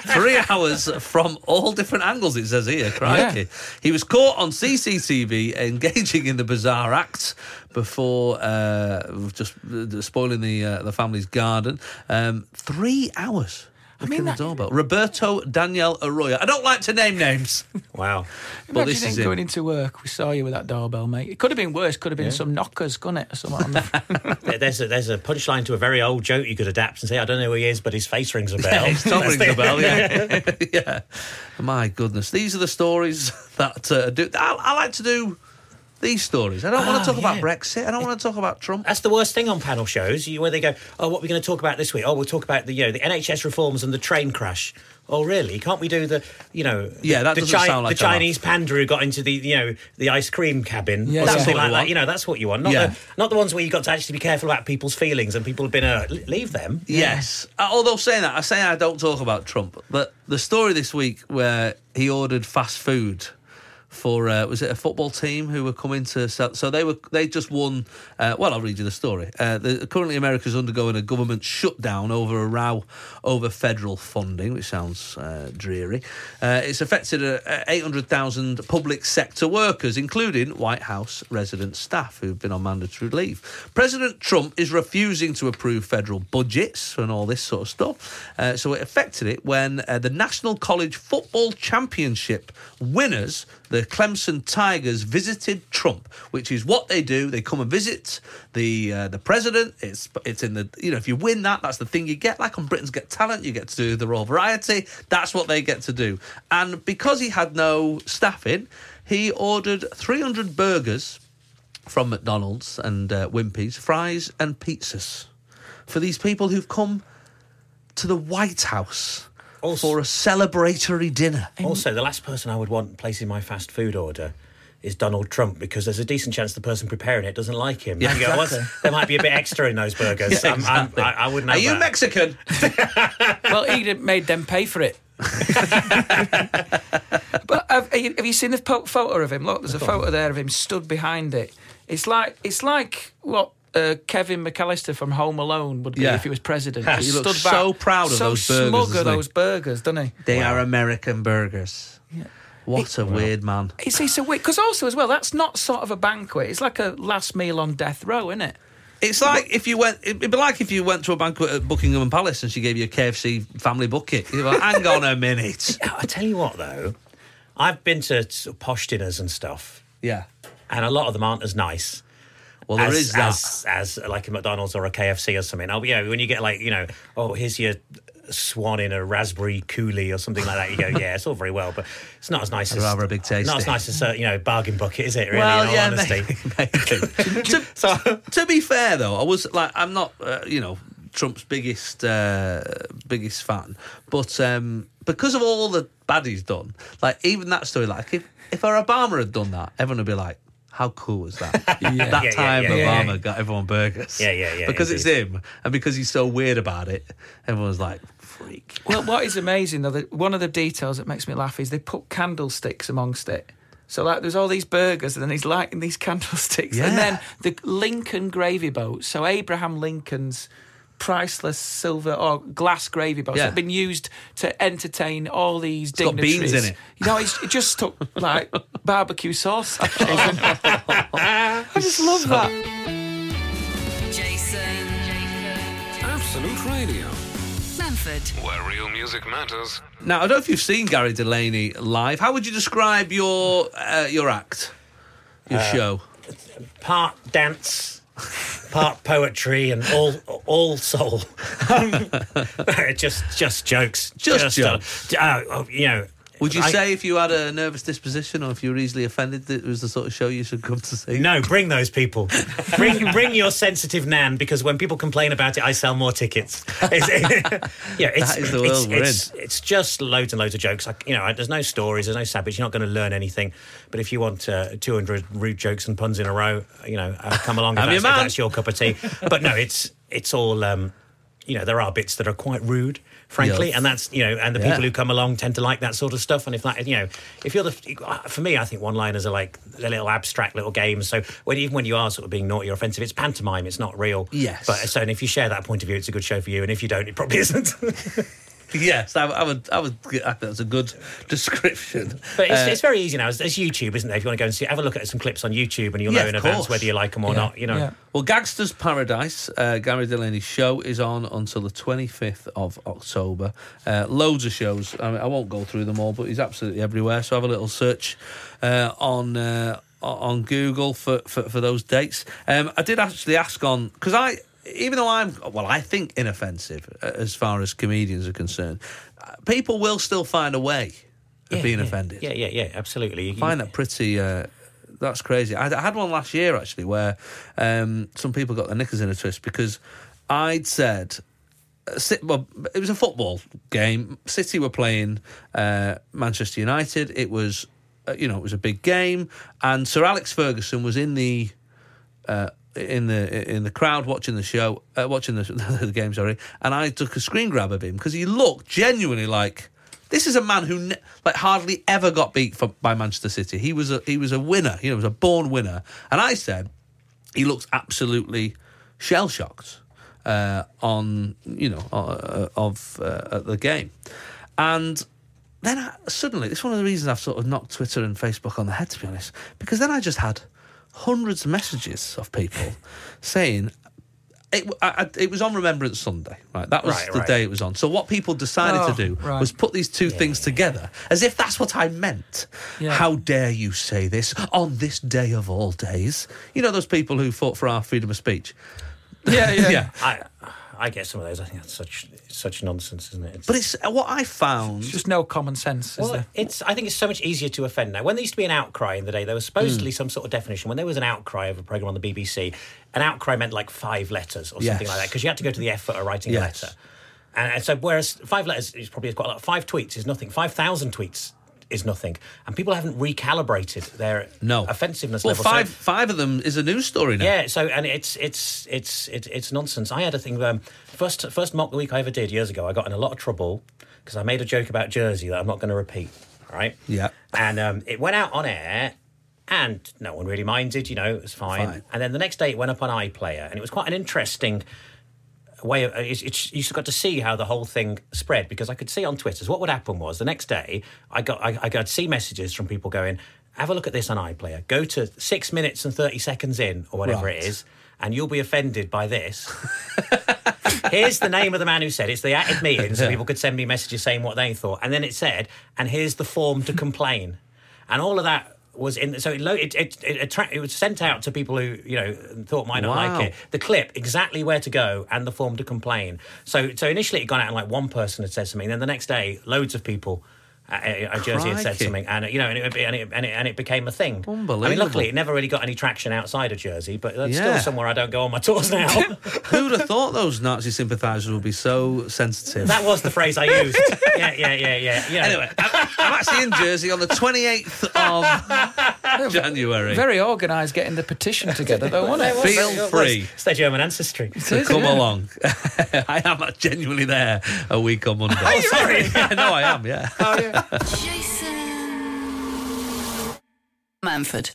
Speaker 3: three hours from all different angles. It says here, crikey.
Speaker 4: Yeah.
Speaker 3: He was caught on CCTV engaging in the bizarre act before uh, just uh, spoiling the uh, the family's garden. Um, three hours. I
Speaker 4: mean,
Speaker 3: mean, the
Speaker 4: that-
Speaker 3: doorbell. Roberto Daniel Arroyo. I don't like to name names,
Speaker 8: wow.
Speaker 3: but
Speaker 4: Imagine
Speaker 3: this is
Speaker 4: him going
Speaker 3: it.
Speaker 4: into work. We saw you with that doorbell, mate. It could have been worse. Could have been some knockers, couldn't it? Or something on the
Speaker 8: There- There's a, there's a punchline to a very old joke you could adapt and say, I don't know who he is, but his face rings a bell.
Speaker 3: It's Tom rings a bell, yeah. yeah. My goodness. These are the stories that uh, do. I, I like to do these stories. I don't want
Speaker 4: Ah,
Speaker 8: Oh,
Speaker 3: to talk about
Speaker 8: yeah.
Speaker 3: Brexit. I don't want to talk about Trump.
Speaker 8: That's the worst thing on panel shows, you, where they go, "Oh, what are we going to talk about this week? Oh, we'll talk about the you know the NHS reforms and the train crash." Oh, really? Can't we do the you know
Speaker 3: Yeah, that
Speaker 8: the,
Speaker 3: doesn't sound like a
Speaker 8: the
Speaker 3: laugh.
Speaker 8: Chinese panda who got into the you know the ice cream cabin
Speaker 4: Yeah.
Speaker 8: or
Speaker 4: That's
Speaker 8: something
Speaker 3: what
Speaker 8: like
Speaker 3: we
Speaker 8: that?
Speaker 3: want.
Speaker 8: You know, that's what you want. Not
Speaker 3: Yeah.
Speaker 8: the not the ones where you have got to actually be careful about people's feelings and people have been uh, l- leave them.
Speaker 3: Yes. Uh, although saying that, I say I don't talk about Trump, but the story this week where he ordered fast food for uh, was it a football team who were coming to sell, so they were they just won. Uh, well, I'll read you the story. Uh, the, currently, America's undergoing a government shutdown over a row over federal funding, which sounds uh, dreary. Uh, it's affected uh, uh, 800,000 public sector workers, including White House resident staff who've been on mandatory leave. President Trump is refusing to approve federal budgets and all this sort of stuff. Uh, so it affected it when uh, the National College Football Championship winners, the Clemson Tigers, visited Trump, which is what they do. They come and visit the uh, the president. It's it's in the you know if you win that, that's the thing you get. Like on Britain's Got Talent, you get to do the Royal Variety. That's what they get to do. And because he had no staff in, he ordered 300 burgers from McDonald's and uh, Wimpy's, fries and pizzas for these people w've come to the White House
Speaker 8: Also-
Speaker 3: for a celebratory dinner.
Speaker 8: Also, the last person I would want placing my fast food order is Donald Trump because there's a decent chance the person preparing it doesn't like him.
Speaker 3: Yeah,
Speaker 8: You go, "What's- there might be a bit extra in those burgers.
Speaker 3: Yeah,
Speaker 8: I'm- I'm-
Speaker 3: exactly.
Speaker 8: i I wouldn't.
Speaker 3: Are
Speaker 8: have
Speaker 3: you
Speaker 8: that.
Speaker 3: Mexican?
Speaker 4: well, he did- made them pay for it. but have, have you- have you seen the po- photo of him? Look, there's a photo there of him stood behind it. It's like it's like what uh, Kevin McAllister from Home Alone would be
Speaker 3: Yeah.
Speaker 4: if he was president.
Speaker 3: He
Speaker 4: stood
Speaker 3: looks so
Speaker 4: back,
Speaker 3: proud of
Speaker 4: so
Speaker 3: those burgers,
Speaker 4: smug of
Speaker 3: doesn't he?
Speaker 4: those burgers, doesn't he?
Speaker 3: They are American burgers. What a weird man.
Speaker 4: It's, it's a because also as well that's not sort of a banquet. It's like a last meal on death row, isn't it?
Speaker 3: It's like if you went. It'd be like if you went to a banquet at Buckingham Palace and she gave you a KFC family bucket. You're like, hang on a minute.
Speaker 8: I tell you what, though, I've been to sort of posh dinners and stuff,
Speaker 3: Yeah.
Speaker 8: and a lot of them aren't as nice.
Speaker 3: Well, there
Speaker 8: as,
Speaker 3: is that.
Speaker 8: As, as like a McDonald's or a KFC or something. Oh, yeah, when you get like, you know, oh, here's your swan in a raspberry coulis or something like that, you go, yeah, it's all very well, but it's not as nice as.
Speaker 3: rather a big tasty.
Speaker 8: Not as nice as, uh, you know, bargain bucket, is it, really, in all honesty?
Speaker 3: may- maybe. to, to be fair, though, I was like, I'm not, uh, you know, Trump's biggest uh, biggest fan, but um, because of all the bad he's done, like even that story, like if if Obama had done that, everyone would be like. How cool was that? That
Speaker 8: Yeah, yeah,
Speaker 3: time
Speaker 8: yeah, yeah,
Speaker 3: Obama
Speaker 8: yeah.
Speaker 3: got everyone burgers.
Speaker 8: Yeah, yeah, yeah,
Speaker 3: Because it's him, and because he's so weird about it, everyone's like, "Freak."
Speaker 4: Well, what is amazing though, that one of the details that makes me laugh is they put candlesticks amongst it. So like, there's all these burgers, and then he's lighting these candlesticks, and
Speaker 3: Yeah.
Speaker 4: then the Lincoln gravy boat. So Abraham Lincoln's priceless silver or glass gravy boats
Speaker 3: Yeah.
Speaker 4: that have been used to entertain all these it's
Speaker 3: got
Speaker 4: dignitaries.
Speaker 3: beans in it.
Speaker 4: You know, it's, it just stuck like barbecue sauce. I just love that.
Speaker 2: Jason. Jason.
Speaker 1: Absolute Radio,
Speaker 2: Manford.
Speaker 1: where real music matters.
Speaker 3: Now I don't know if you've seen Gary Delaney live. How would you describe your uh, your act, your
Speaker 8: Uh,
Speaker 3: show?
Speaker 8: part dance, part poetry, and all all soul. just just jokes.
Speaker 3: Just
Speaker 8: jokes. you know.
Speaker 3: Would you
Speaker 8: I-
Speaker 3: say if you had a nervous disposition or if you were easily offended that it was the sort of show you should come to see?
Speaker 8: No, bring those people. bring bring your sensitive nan because when people complain about it, I sell more tickets. It's, yeah, it's,
Speaker 3: That is the
Speaker 8: it's-
Speaker 3: world we're
Speaker 8: it's- it's just loads and loads of jokes. Like you know, there's no stories, there's no savage. You're not going to learn anything. But if you want uh, 200 rude jokes and puns in a row, you know, uh, come along.
Speaker 3: I'm
Speaker 8: if,
Speaker 3: your
Speaker 8: that's, if
Speaker 3: man.
Speaker 8: that's your cup of tea. But no, it's it's all. Um, you know, there are bits that are quite rude, frankly,
Speaker 3: Yeah.
Speaker 8: and that's you know, and the
Speaker 3: Yeah.
Speaker 8: people who come along tend to like that sort of stuff. And if that, you know, if you're the, for me, I think one-liners are like the little abstract little games. So when even when you are sort of being naughty or offensive, it's pantomime, it's not real.
Speaker 3: Yes.
Speaker 8: But so, and if you share that point of view, it's a good show for you. And if you don't, it probably isn't.
Speaker 3: Yes, I, I would. I would. I think that's a good description.
Speaker 8: But it's,
Speaker 3: Uh,
Speaker 8: it's very easy now. There's there's YouTube, isn't there? If you want to go and see, have a look at some clips on YouTube, and you'll
Speaker 3: Yeah,
Speaker 8: know in
Speaker 3: of
Speaker 8: advance
Speaker 3: course.
Speaker 8: whether you like them or not. You know,
Speaker 4: Yeah.
Speaker 3: well, Gangster's Paradise, uh, Gary Delaney's show is on until the 25th of October. Uh, loads of shows. I, mean, I won't go through them all, but he's absolutely everywhere. So have a little search uh, on. Uh, on Google for, for, for those dates. Um, I did actually ask on because I, even though I'm well, I think inoffensive uh, as far as comedians are concerned, uh, people will still find a way of being offended.
Speaker 8: yeah, yeah, yeah, absolutely. You-
Speaker 3: find that pretty uh, that's crazy. I, I had one last year actually where um, some people got their knickers in a twist because I'd said. uh, Ci- Well, it was a football game. City were playing uh, Manchester United. It was, uh, you know, it was a big game, and Sir Alex Ferguson was in the uh, in the in the crowd watching the show, uh, watching the, the game. Sorry, and I took a screen grab of him because he looked genuinely like this is a man who ne- like hardly ever got beat for, by Manchester City. He was a he was a winner. You know, he was a born winner. And I said he looks absolutely shell shocked uh, on you know uh, of uh, the game, and then I, suddenly, it's one of the reasons I've sort of knocked Twitter and Facebook on the head, to be honest, because then I just had hundreds of messages of people saying. It, w- I- I- it was on Remembrance Sunday, right? That was
Speaker 8: Right,
Speaker 3: the
Speaker 8: right.
Speaker 3: day it was on. So what people decided
Speaker 4: Oh,
Speaker 3: to do
Speaker 4: right.
Speaker 3: was put these two things together, as if that's what I meant.
Speaker 4: Yeah.
Speaker 3: How dare you say this on this day of all days? You know those people who fought for our freedom of speech.
Speaker 4: Yeah, yeah.
Speaker 3: yeah.
Speaker 8: I, I get some of those. I think that's such such nonsense, isn't it? It's-
Speaker 3: But it's uh, what I found.
Speaker 4: Just no common sense, is
Speaker 8: Well,
Speaker 4: there?
Speaker 8: it's. I think it's so much easier to offend now. When there used to be an outcry in the day, there was supposedly
Speaker 3: Hmm.
Speaker 8: some sort of definition. When there was an outcry of a program on the BBC, an outcry meant like five letters or something
Speaker 3: Yes.
Speaker 8: like that because you had to go to the effort of writing
Speaker 3: Yes.
Speaker 8: a letter. And, and so, whereas five letters is probably quite a lot. Five tweets is nothing. Five thousand tweets is nothing. And people haven't recalibrated their
Speaker 3: No
Speaker 8: offensiveness
Speaker 3: Well,
Speaker 8: level. So-
Speaker 3: five five of them is a news story now.
Speaker 8: yeah, so and it's it's it's it's it's nonsense. I had a thing. Um, first first mock the week I ever did years ago. I got in a lot of trouble because I made a joke about Jersey that I'm not going to repeat. All right.
Speaker 3: Yeah.
Speaker 8: And um, it went out on air, and no one really minded. You know, it was fine.
Speaker 3: Fine.
Speaker 8: And then the next day it went up on iPlayer, and it was quite an interesting way of it's, it's, you just got to see how the whole thing spread because I could see on Twitter. So what would happen was the next day I got I, I got see messages from people going, "Have a look at this on iPlayer. Go to six minutes and thirty seconds in or whatever
Speaker 3: Right.
Speaker 8: it is." And you'll be offended by this. here's the name of the man who said it's the added meeting, so people could send me messages saying what they thought. And then it said, and here's the form to complain, and all of that was in. So it lo- it it it, attract- it was sent out to people who you know thought might not
Speaker 3: Wow.
Speaker 8: like it the clip exactly where to go and the form to complain. So so initially it got out and like one person had said something. Then the next day, loads of people. At, at Jersey had said
Speaker 3: Crikey.
Speaker 8: something, and you know, and it, and it and it and it became a thing. I mean,
Speaker 3: Unbelievable.
Speaker 8: luckily, it never really got any traction outside of Jersey, but that's
Speaker 3: Yeah.
Speaker 8: still somewhere I don't go on my tours now.
Speaker 3: Who'd have thought those Nazi sympathisers would be so sensitive?
Speaker 8: that was the phrase I used. Yeah, yeah, yeah, yeah. yeah.
Speaker 3: Anyway, I'm, I'm actually in Jersey on the 28th of January.
Speaker 4: Very organised getting the petition together, though, wasn't it?
Speaker 3: Feel free
Speaker 8: it's their German ancestry.
Speaker 3: to come along. I am genuinely there a week on Monday. Oh, sorry. no, I am, yeah.
Speaker 2: Jason Manford,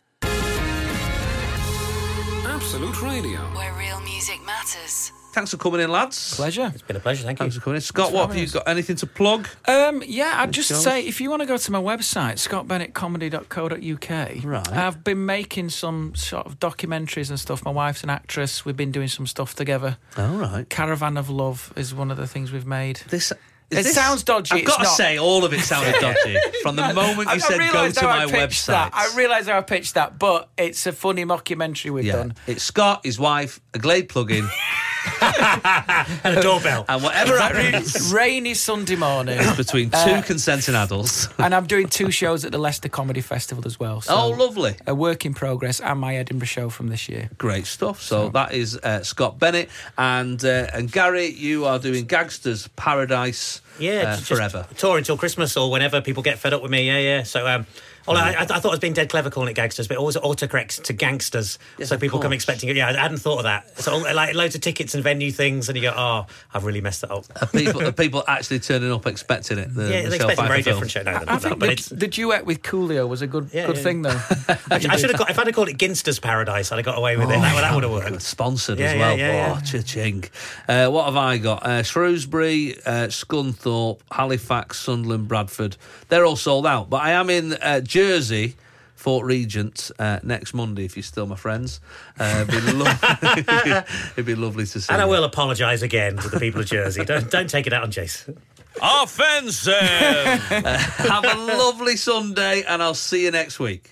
Speaker 1: Absolute Radio.
Speaker 2: where real music matters.
Speaker 3: Thanks for coming in, lads.
Speaker 4: Pleasure.
Speaker 8: Been a pleasure. Thank you.
Speaker 3: Thanks for coming in. Scott, what have you got? Anything to plug?
Speaker 4: Um, yeah, I'd just
Speaker 3: Jones?
Speaker 4: say if you want to go to my website, scottbennettcomedy.co.uk.
Speaker 3: Right.
Speaker 4: I've been making some sort of documentaries and stuff. My wife's an actress. We've been doing some stuff together.
Speaker 3: All right.
Speaker 4: Caravan of Love is one of the things we've made.
Speaker 3: This.
Speaker 4: It sounds dodgy,
Speaker 3: I've
Speaker 4: it's
Speaker 3: got to
Speaker 4: not.
Speaker 3: say, all of it sounded dodgy. From the moment you said go
Speaker 4: realised
Speaker 3: to
Speaker 4: how
Speaker 3: my
Speaker 4: I pitched
Speaker 3: website.
Speaker 4: That. I realised how I pitched that, but it's a funny mockumentary we've
Speaker 3: yeah.
Speaker 4: done.
Speaker 3: It's Scott, his wife, a Glade plug-in,
Speaker 8: And a doorbell.
Speaker 3: and whatever happens
Speaker 4: Rainy Sunday morning.
Speaker 3: between two
Speaker 4: Uh,
Speaker 3: consenting adults.
Speaker 4: and I'm doing two shows at the Leicester Comedy Festival as well. So
Speaker 3: Oh, lovely.
Speaker 4: A work in progress and my Edinburgh show from this year.
Speaker 3: Great stuff. So, that is uh, Scott Bennett and uh, and Gary. You are doing Gangsters Paradise.
Speaker 8: Yeah,
Speaker 3: uh,
Speaker 8: just-
Speaker 3: forever.
Speaker 8: just Tour until Christmas or whenever people get fed up with me. Yeah, yeah. So, um, although
Speaker 3: Mm.
Speaker 8: I, I, th- I thought I was being dead clever calling it gangsters, but it always autocorrects to gangsters,
Speaker 3: Yes,
Speaker 8: so
Speaker 3: of
Speaker 8: people come
Speaker 3: course.
Speaker 8: expecting it. Yeah, I hadn't thought of that. So, like loads of tickets and venue things, and you go, "Oh, I've really messed that up."
Speaker 3: people, are people actually turning up expecting it. The,
Speaker 8: yeah,
Speaker 3: the
Speaker 8: they're
Speaker 3: Shell
Speaker 8: expecting a very
Speaker 3: Pfeiffer
Speaker 8: different show. No, they're
Speaker 4: I
Speaker 8: not,
Speaker 4: think
Speaker 8: but
Speaker 4: the,
Speaker 8: it's.
Speaker 4: the duet with Coolio was a good
Speaker 8: Yeah,
Speaker 4: good
Speaker 8: yeah.
Speaker 4: thing though.
Speaker 8: I should have. If I'd have called it Ginster's Paradise, I'd have got away with it.
Speaker 3: Oh.
Speaker 8: That, that would have worked.
Speaker 3: Sponsored as
Speaker 8: Yeah,
Speaker 3: well.
Speaker 8: yeah, yeah,
Speaker 3: oh,
Speaker 8: yeah.
Speaker 3: cha-ching. Uh, what have I got? Uh, Shrewsbury, uh, Scunthorpe, Halifax, Sunderland, Bradford. They're all sold out. But I am in uh, Jersey. Fort Regent uh, next Monday, if you're still my friends. Uh, it'd, be lo- it'd be lovely to see.
Speaker 8: And I
Speaker 3: you.
Speaker 8: will apologise again to the people of Jersey. Don't don't take it out on Jason.
Speaker 7: Offensive.
Speaker 3: Uh, Have a lovely Sunday, and I'll see you next week.